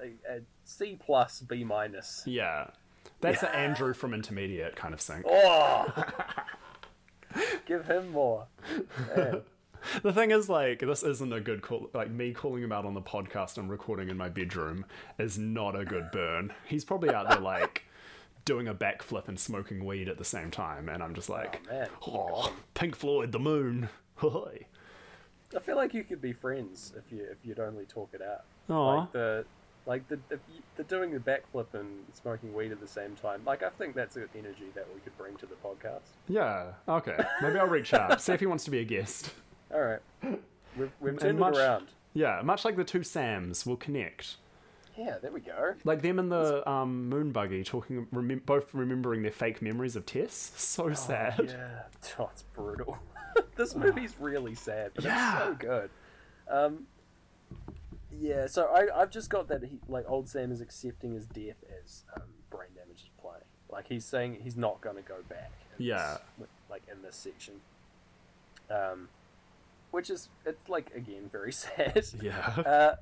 S2: a, a C plus B minus.
S1: Yeah, that's an Andrew from Intermediate kind of thing.
S2: Oh, give him more. Man.
S1: the thing is, like, this isn't a good call. Like, me calling him out on the podcast I'm recording in my bedroom is not a good burn. He's probably out there, like, doing a backflip and smoking weed at the same time. And I'm just like,
S2: Oh, man.
S1: oh, Pink Floyd, the moon. Hoy.
S2: I feel like you could be friends if you if you'd only talk it out.
S1: Aw.
S2: Like the like the if you, the doing the backflip and smoking weed at the same time. Like I think that's an energy that we could bring to the podcast.
S1: Yeah, okay. Maybe I'll reach out, see if he wants to be a guest.
S2: All right, we've we've turned
S1: much-
S2: it around.
S1: Yeah, much like the two Sams will connect.
S2: Yeah, there we go.
S1: Like them in the um, moon buggy talking, remem- both remembering their fake memories of Tess. So sad.
S2: Oh, Yeah, oh, it's brutal. this movie's really sad, but it's
S1: Yeah.
S2: so good. Um, yeah, so I, I've just got that he, like old Sam is accepting his death as um, brain damage is play. Like he's saying he's not going to go back. in
S1: Yeah.
S2: this- like in this section. Um, which is it's like again very sad.
S1: Yeah.
S2: Uh,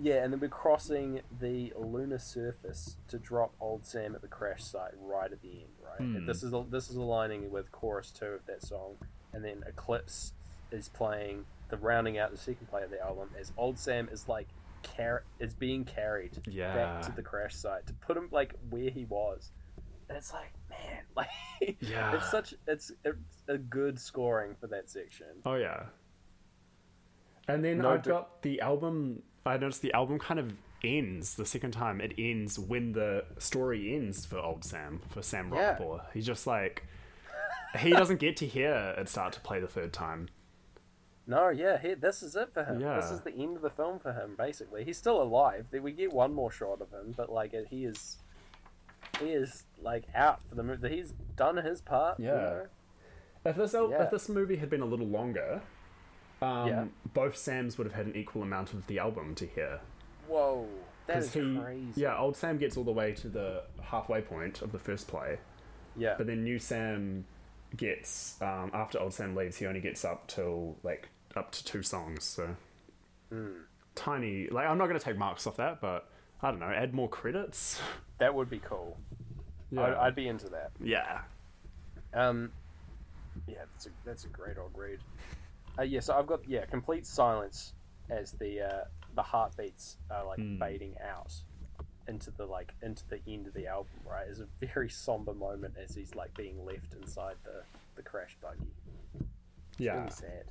S2: yeah, and then we're crossing the lunar surface to drop old Sam at the crash site right at the end, right?
S1: Hmm.
S2: This is this is aligning with chorus two of that song, and then Eclipse is playing the rounding out the second play of the album as old Sam is like car- is being carried
S1: Yeah.
S2: back to the crash site to put him like where he was, and it's like man, like
S1: Yeah.
S2: it's such it's, it's a good scoring for that section.
S1: Oh yeah. And then
S2: No,
S1: I've
S2: d-
S1: got the album. I noticed the album kind of ends the second time. It ends when the story ends for old Sam, for Sam
S2: Yeah.
S1: Rockmore. He's just like he doesn't get to hear it start to play the third time.
S2: No, yeah, he, this is it for him. This
S1: Yeah.
S2: is the end of the film for him, basically. He's still alive. We get one more shot of him, but like it- he is, he is like out for the movie. He's done his part. you
S1: Yeah.
S2: know?
S1: If this al-
S2: Yeah.
S1: if this movie had been a little longer, um,
S2: Yeah.
S1: both Sams would have had an equal amount of the album to hear.
S2: Whoa, that is
S1: Because he,
S2: crazy.
S1: yeah, old Sam gets all the way to the halfway point of the first play,
S2: yeah,
S1: But then new Sam gets um, after old Sam leaves, he only gets up till like up to two songs. So
S2: Hmm.
S1: tiny. Like I'm not going to take marks off that, but I don't know. Add more credits.
S2: that would be cool. I'd, I'd be into that.
S1: yeah.
S2: Um, yeah, that's a, that's a great old read. Uh, yeah, so I've got yeah, complete silence as the uh, the heartbeats are like
S1: Hmm.
S2: fading out into the like into the end of the album. Right, is a very somber moment as he's like being left inside the the crash buggy. It's
S1: Yeah.
S2: really sad.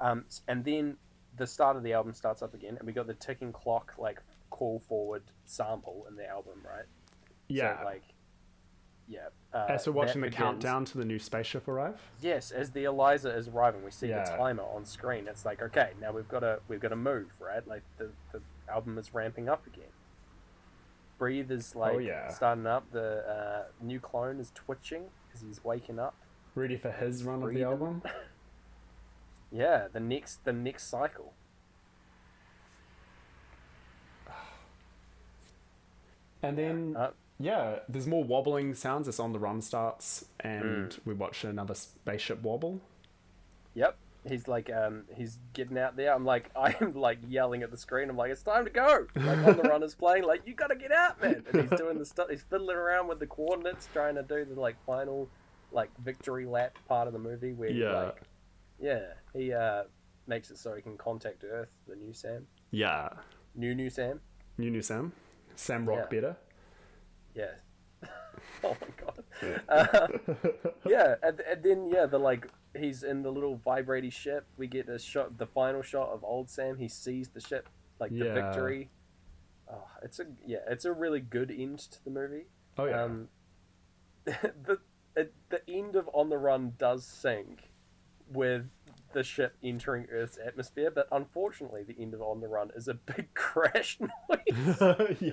S2: Um, s- and then the start of the album starts up again, and we got the ticking clock like call forward sample in the album, right?
S1: Yeah.
S2: so, like yeah. Uh,
S1: As we're watching the
S2: that begins-
S1: countdown to the new spaceship arrive.
S2: Yes, as the Eliza is arriving, we see the
S1: Yeah.
S2: timer on screen. It's like, okay, now we've got to we've got to move, right? Like the, the album is ramping up again. Breathe is like
S1: Oh, yeah.
S2: starting up. The uh, new clone is twitching because he's waking up.
S1: Ready for his run of the
S2: Freedom.
S1: album.
S2: Yeah, the next the next cycle.
S1: And then
S2: Uh,
S1: yeah, there's more wobbling sounds as on the run starts, and
S2: Hmm.
S1: we watch another spaceship wobble.
S2: yep, he's like um he's getting out there. I'm like I'm like yelling at the screen. I'm like it's time to go. Like on the run is playing. Like you gotta get out, man. And he's doing the stuff. He's fiddling around with the coordinates, trying to do the like final like victory lap part of the movie where
S1: Yeah.
S2: like yeah he uh makes it so he can contact Earth, the new Sam,
S1: Yeah.
S2: new new Sam.
S1: New new Sam. Sam Rock
S2: Yeah.
S1: better.
S2: Yeah. oh my god. Uh, yeah, and, and then yeah, the like he's in the little vibrating ship. We get the shot, the final shot of old Sam. He sees the ship, like the
S1: Yeah.
S2: victory. Oh, it's a yeah, it's a really good end to the movie.
S1: Oh yeah.
S2: Um, the it, the end of On the Run does sync with the ship entering Earth's atmosphere, but unfortunately, the end of On the Run is a big crash noise,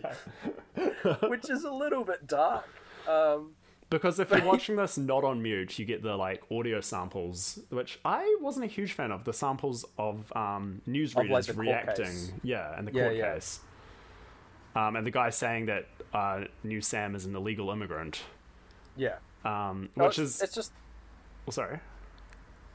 S1: yeah.
S2: which is a little bit dark. Um,
S1: Because if you're watching this not on mute, you get the like audio samples, which I wasn't a huge fan of. The samples of um,
S2: Of, like,
S1: newsreaders
S2: the court
S1: reacting,
S2: case.
S1: yeah, and the
S2: Yeah,
S1: court
S2: yeah.
S1: case, um, and the guy saying that uh, New Sam is an illegal immigrant,
S2: yeah.
S1: um,
S2: No,
S1: which
S2: it's-
S1: is
S2: it's just
S1: oh, sorry,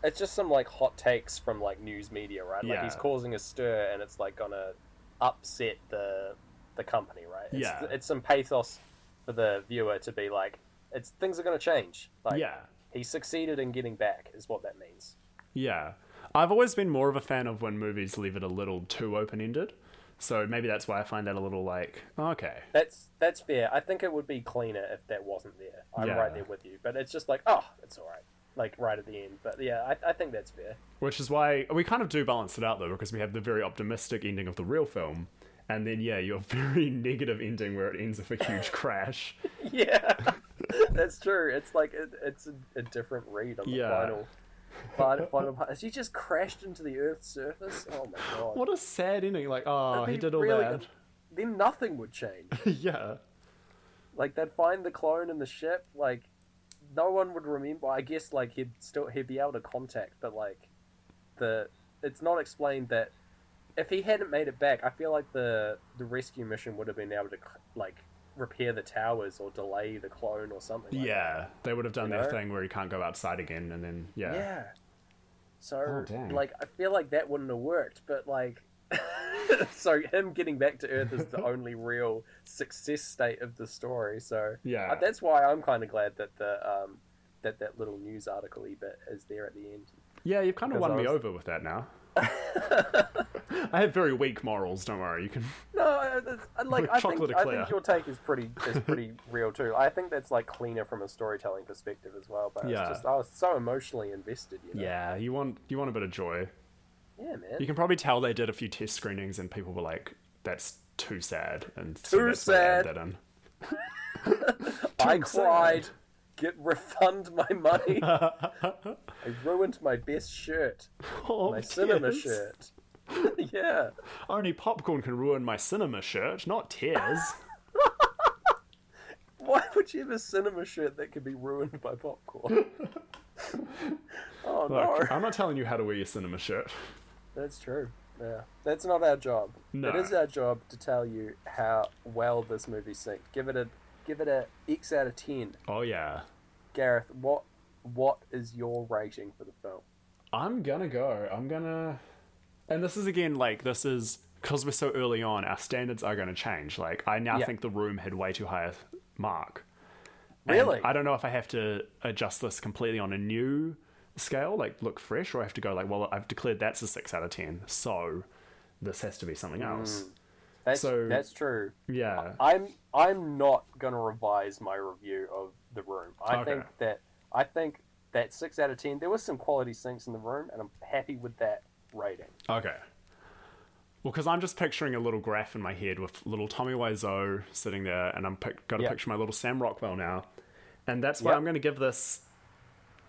S2: it's just some like hot takes from like news media, right? Like
S1: Yeah.
S2: he's causing a stir, and it's like gonna upset the the company, right? It's,
S1: Yeah.
S2: it's some pathos for the viewer to be like, it's things are gonna change. Like
S1: yeah,
S2: he succeeded in getting back, is what that means.
S1: Yeah. I've always been more of a fan of when movies leave it a little too open ended. So maybe that's why I find that a little like, okay.
S3: That's that's fair. I think it would be cleaner if that wasn't there. I'm
S1: Yeah.
S3: right there with you, but it's just like, oh, it's all right, like right at the end. But yeah, I, I think that's fair.
S1: Which is why we kind of do balance it out though, because we have the very optimistic ending of the real film, and then yeah, your very negative ending where it ends with a huge crash.
S2: Yeah, that's true. It's like it, it's a, a different read on the
S1: Yeah.
S2: final. Final, final part. She just crashed into the Earth's surface. Oh my god!
S1: What a sad ending! Like, oh,
S2: That'd
S1: he
S2: be
S1: did all
S2: really-
S1: that.
S2: Then nothing would change.
S1: yeah,
S2: Like they'd find the clone in the ship. Like no one would remember. I guess like he'd still he'd be able to contact, but like the it's not explained that if he hadn't made it back, I feel like the the rescue mission would have been able to like repair the towers or delay the clone or something. Like that.
S1: yeah. They would have done
S2: You
S1: their
S2: know?
S1: thing where he can't go outside again, and then yeah,
S2: Yeah. So
S1: Oh, dang.
S2: like I feel like that wouldn't have worked, but like so him getting back to Earth is the only real success state of the story. So
S1: Yeah.
S2: Uh, that's why I'm kind of glad that the um that that little news article bit is there at the end.
S1: yeah. You've kind of
S2: Because
S1: won
S2: I
S1: me
S2: was-
S1: over with that now. I have very weak morals. Don't worry, you can.
S2: No, uh, that's- uh, like I
S1: Chocolate
S2: think, I
S1: eclair.
S2: think your take is pretty is pretty real too. I think that's like cleaner from a storytelling perspective as well. But
S1: Yeah.
S2: it's just I was so emotionally invested. You know?
S1: Yeah, you want you want a bit of joy.
S2: yeah, man.
S1: You can probably tell they did a few test screenings, and people were like, "That's too sad," and
S2: Too
S1: that's why they added
S2: sad.
S1: That in.
S2: I
S1: Too
S2: cried. Get refund my money. I ruined my best shirt,
S1: Oh,
S2: my cinema
S1: tears.
S2: shirt. yeah,
S1: Only popcorn can ruin my cinema shirt, not tears.
S2: why would you have a cinema shirt that could be ruined by popcorn? oh
S1: Look,
S2: no,
S1: I'm not telling you how to wear your cinema shirt.
S2: that's true. Yeah, that's not our job.
S1: No.
S2: It is our job to tell you how well this movie synced. Give it a give it a X out of ten.
S1: Oh yeah,
S2: Gareth, what what is your rating for the film?
S1: I'm gonna go. I'm gonna. And this is again like this is because we're so early on. Our standards are gonna change. Like I now
S2: Yeah.
S1: think the room had way too high a mark. And
S2: Really?
S1: I don't know if I have to adjust this completely on a new scale, like look fresh, or I have to go like, well, I've declared that's a six out of ten, so this has to be something else.
S2: That's
S1: So-
S2: that's true.
S1: Yeah.
S2: I'm I'm not gonna revise my review of the room. I
S1: Okay.
S2: think that I think that six out of ten. There was some quality sinks in the room, and I'm happy with that rating.
S1: Okay. Well, because I'm just picturing a little graph in my head with little Tommy Wiseau sitting there, and I'm pic- got to
S2: Yeah.
S1: picture my little Sam Rockwell now, and that's why
S2: Yeah.
S1: I'm going to give this.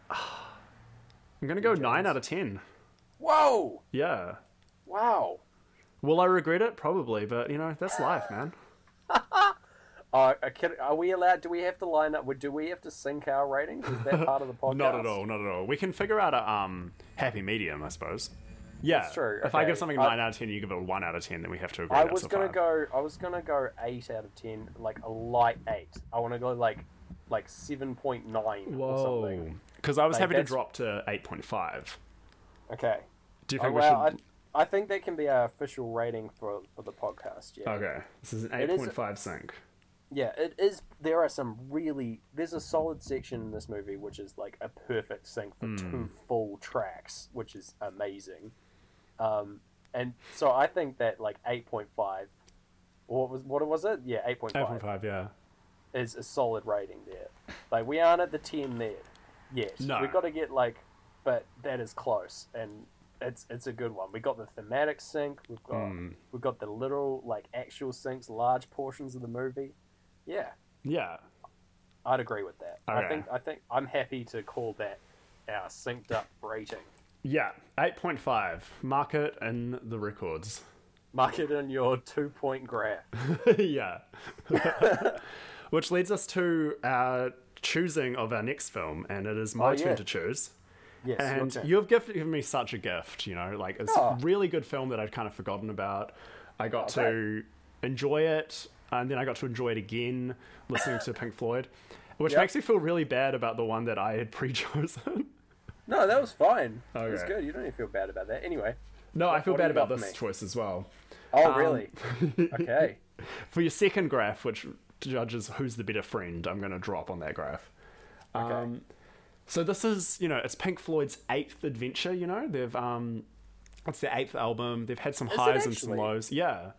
S1: I'm going to go nine out of ten.
S2: Whoa!
S1: Yeah.
S2: Wow!
S1: Will I regret it? Probably, but you know that's life, man.
S2: Uh, I kid- are we allowed? Do we have to line up? Do we have to sync our ratings? Is that part of the podcast?
S1: Not at all. Not at all. We can figure out a um happy medium, I suppose. Yeah.
S2: That's true,
S1: If I
S2: okay.
S1: give something a
S2: I-
S1: nine out of ten, you give it a one out of ten, then we have to agree.
S2: I
S1: that's
S2: was
S1: a
S2: gonna
S1: five.
S2: go. I was gonna go eight out of ten, like a light eight. I want to go like like seven point nine or
S1: Whoa.
S2: something.
S1: Because I was
S2: Like,
S1: happy to
S2: that's-
S1: drop to eight point five.
S2: Okay.
S1: Do you
S2: Oh,
S1: think
S2: well,
S1: we should?
S2: I, I think that can be our official rating for, for the podcast. Yeah,
S1: Okay, this is an
S2: It is-
S1: 8.5 sync.
S2: yeah. It is. There are some really. There's a solid section in this movie which is like a perfect sync for two full tracks, which is amazing. Um, and so I think that like eight point five. What was what was it? Yeah, eight point five
S1: 8.5, yeah.
S2: is a solid rating there. Like we aren't at the ten there yet.
S1: No.
S2: We've got to get like, but that is close, and it's it's a good one. We got the thematic sync. We've got we've got the little like actual syncs, large portions of the movie. Yeah,
S1: Yeah.
S2: I'd agree with that.
S1: Okay.
S2: I think I think I'm happy to call that our synced up rating.
S1: Yeah, 8.5. Mark it in the records.
S2: Mark it in your two point graph.
S1: yeah. Which leads us to our choosing of our next film, and it is my
S2: Oh, yeah.
S1: turn to choose.
S2: Yes, your
S1: And
S2: turn.
S1: you've gift- given me such a gift, you know, like it's
S2: Oh.
S1: a really good film that I'd kind of forgotten about. I got to enjoy it, and then I got to enjoy it again listening to Pink Floyd, which
S2: Yep.
S1: makes me feel really bad about the one that I had pre chosen.
S2: no, that was fine. It was
S1: Okay.
S2: good. You don't even feel bad about that. Anyway.
S1: No, I feel
S2: what do
S1: bad
S2: you
S1: about
S2: got for
S1: this
S2: me?
S1: choice as well. Um,
S2: Oh really? okay.
S1: For your second graph, which judges who's the better friend, I'm going to drop on that graph.
S2: Okay.
S1: Um, So this is, you know, it's Pink Floyd's eighth adventure. You know, they've um, it's their eighth album. They've had some
S2: it
S1: highs and some
S2: actually?
S1: lows. Yeah,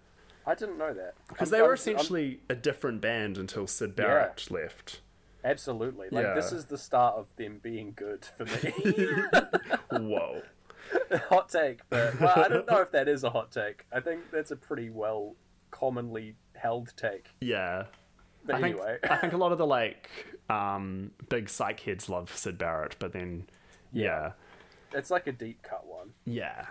S2: I didn't know that
S1: because
S2: I'm-
S1: they were
S2: I'm- I'm-
S1: essentially a different band until Sid Barrett left.
S2: absolutely like
S1: Yeah.
S2: this is the start of them being good for me.
S1: Whoa.
S2: hot take, but well, I don't know if that is a hot take. I think that's a pretty well commonly held take.
S1: Yeah.
S2: But
S1: I think,
S2: anyway,
S1: I think a lot of the like um, big psych heads love Sid Barrett, but then yeah.
S2: it's like a deep cut one.
S1: Yeah.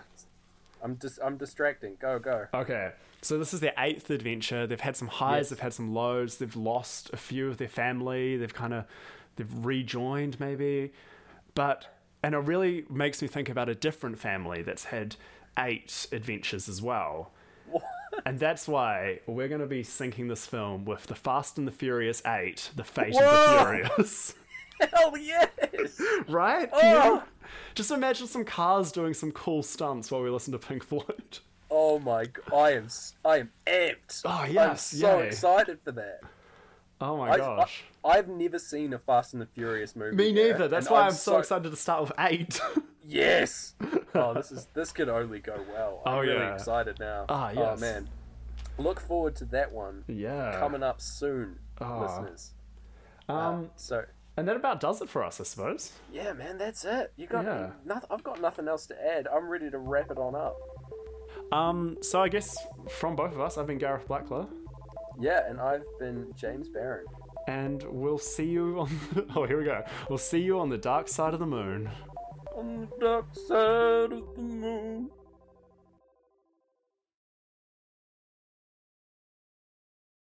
S2: I'm just I'm distracting. Go go.
S1: Okay. So this is their eighth adventure. They've had some highs, they've had some lows, they've lost a few of their family, they've kind of they've rejoined maybe. But and it really makes me think about a different family that's had eight adventures as well. And that's why we're going to be syncing this film with The Fast and the Furious 8, The Fate
S2: Whoa!
S1: of the Furious.
S2: Hell yes!
S1: right?
S2: Oh!
S1: Just imagine some cars doing some cool stunts while we listen to Pink Floyd.
S2: Oh my! g- I am s- I am amped.
S1: Oh, yes,
S2: I'm so
S1: yay.
S2: excited for that.
S1: Oh my
S2: I,
S1: gosh.
S2: I, have never seen a Fast and the Furious movie.
S1: Me
S2: yeah,
S1: neither. That's
S2: and
S1: why I'm, so, excited to start with eight.
S2: Yes. Oh, this is this could only go well. I'm
S1: Oh,
S2: really
S1: yeah.
S2: excited now.
S1: Ah,
S2: Oh
S1: yes.
S2: man, look forward to that one
S1: yeah.
S2: coming up soon,
S1: Ah.
S2: listeners. Uh,
S1: Um,
S2: So
S1: and that about does it for us, I suppose.
S2: yeah, man, that's it. You got
S1: Yeah.
S2: nothing. I've got nothing else to add. I'm ready to wrap it on up.
S1: Um, so I guess from both of us, I've been Gareth Blackler,
S2: Yeah, and I've been James Barron.
S1: and we'll see you on. oh, here we go. We'll see you on the dark side of the moon.
S2: On the dark side of the moon.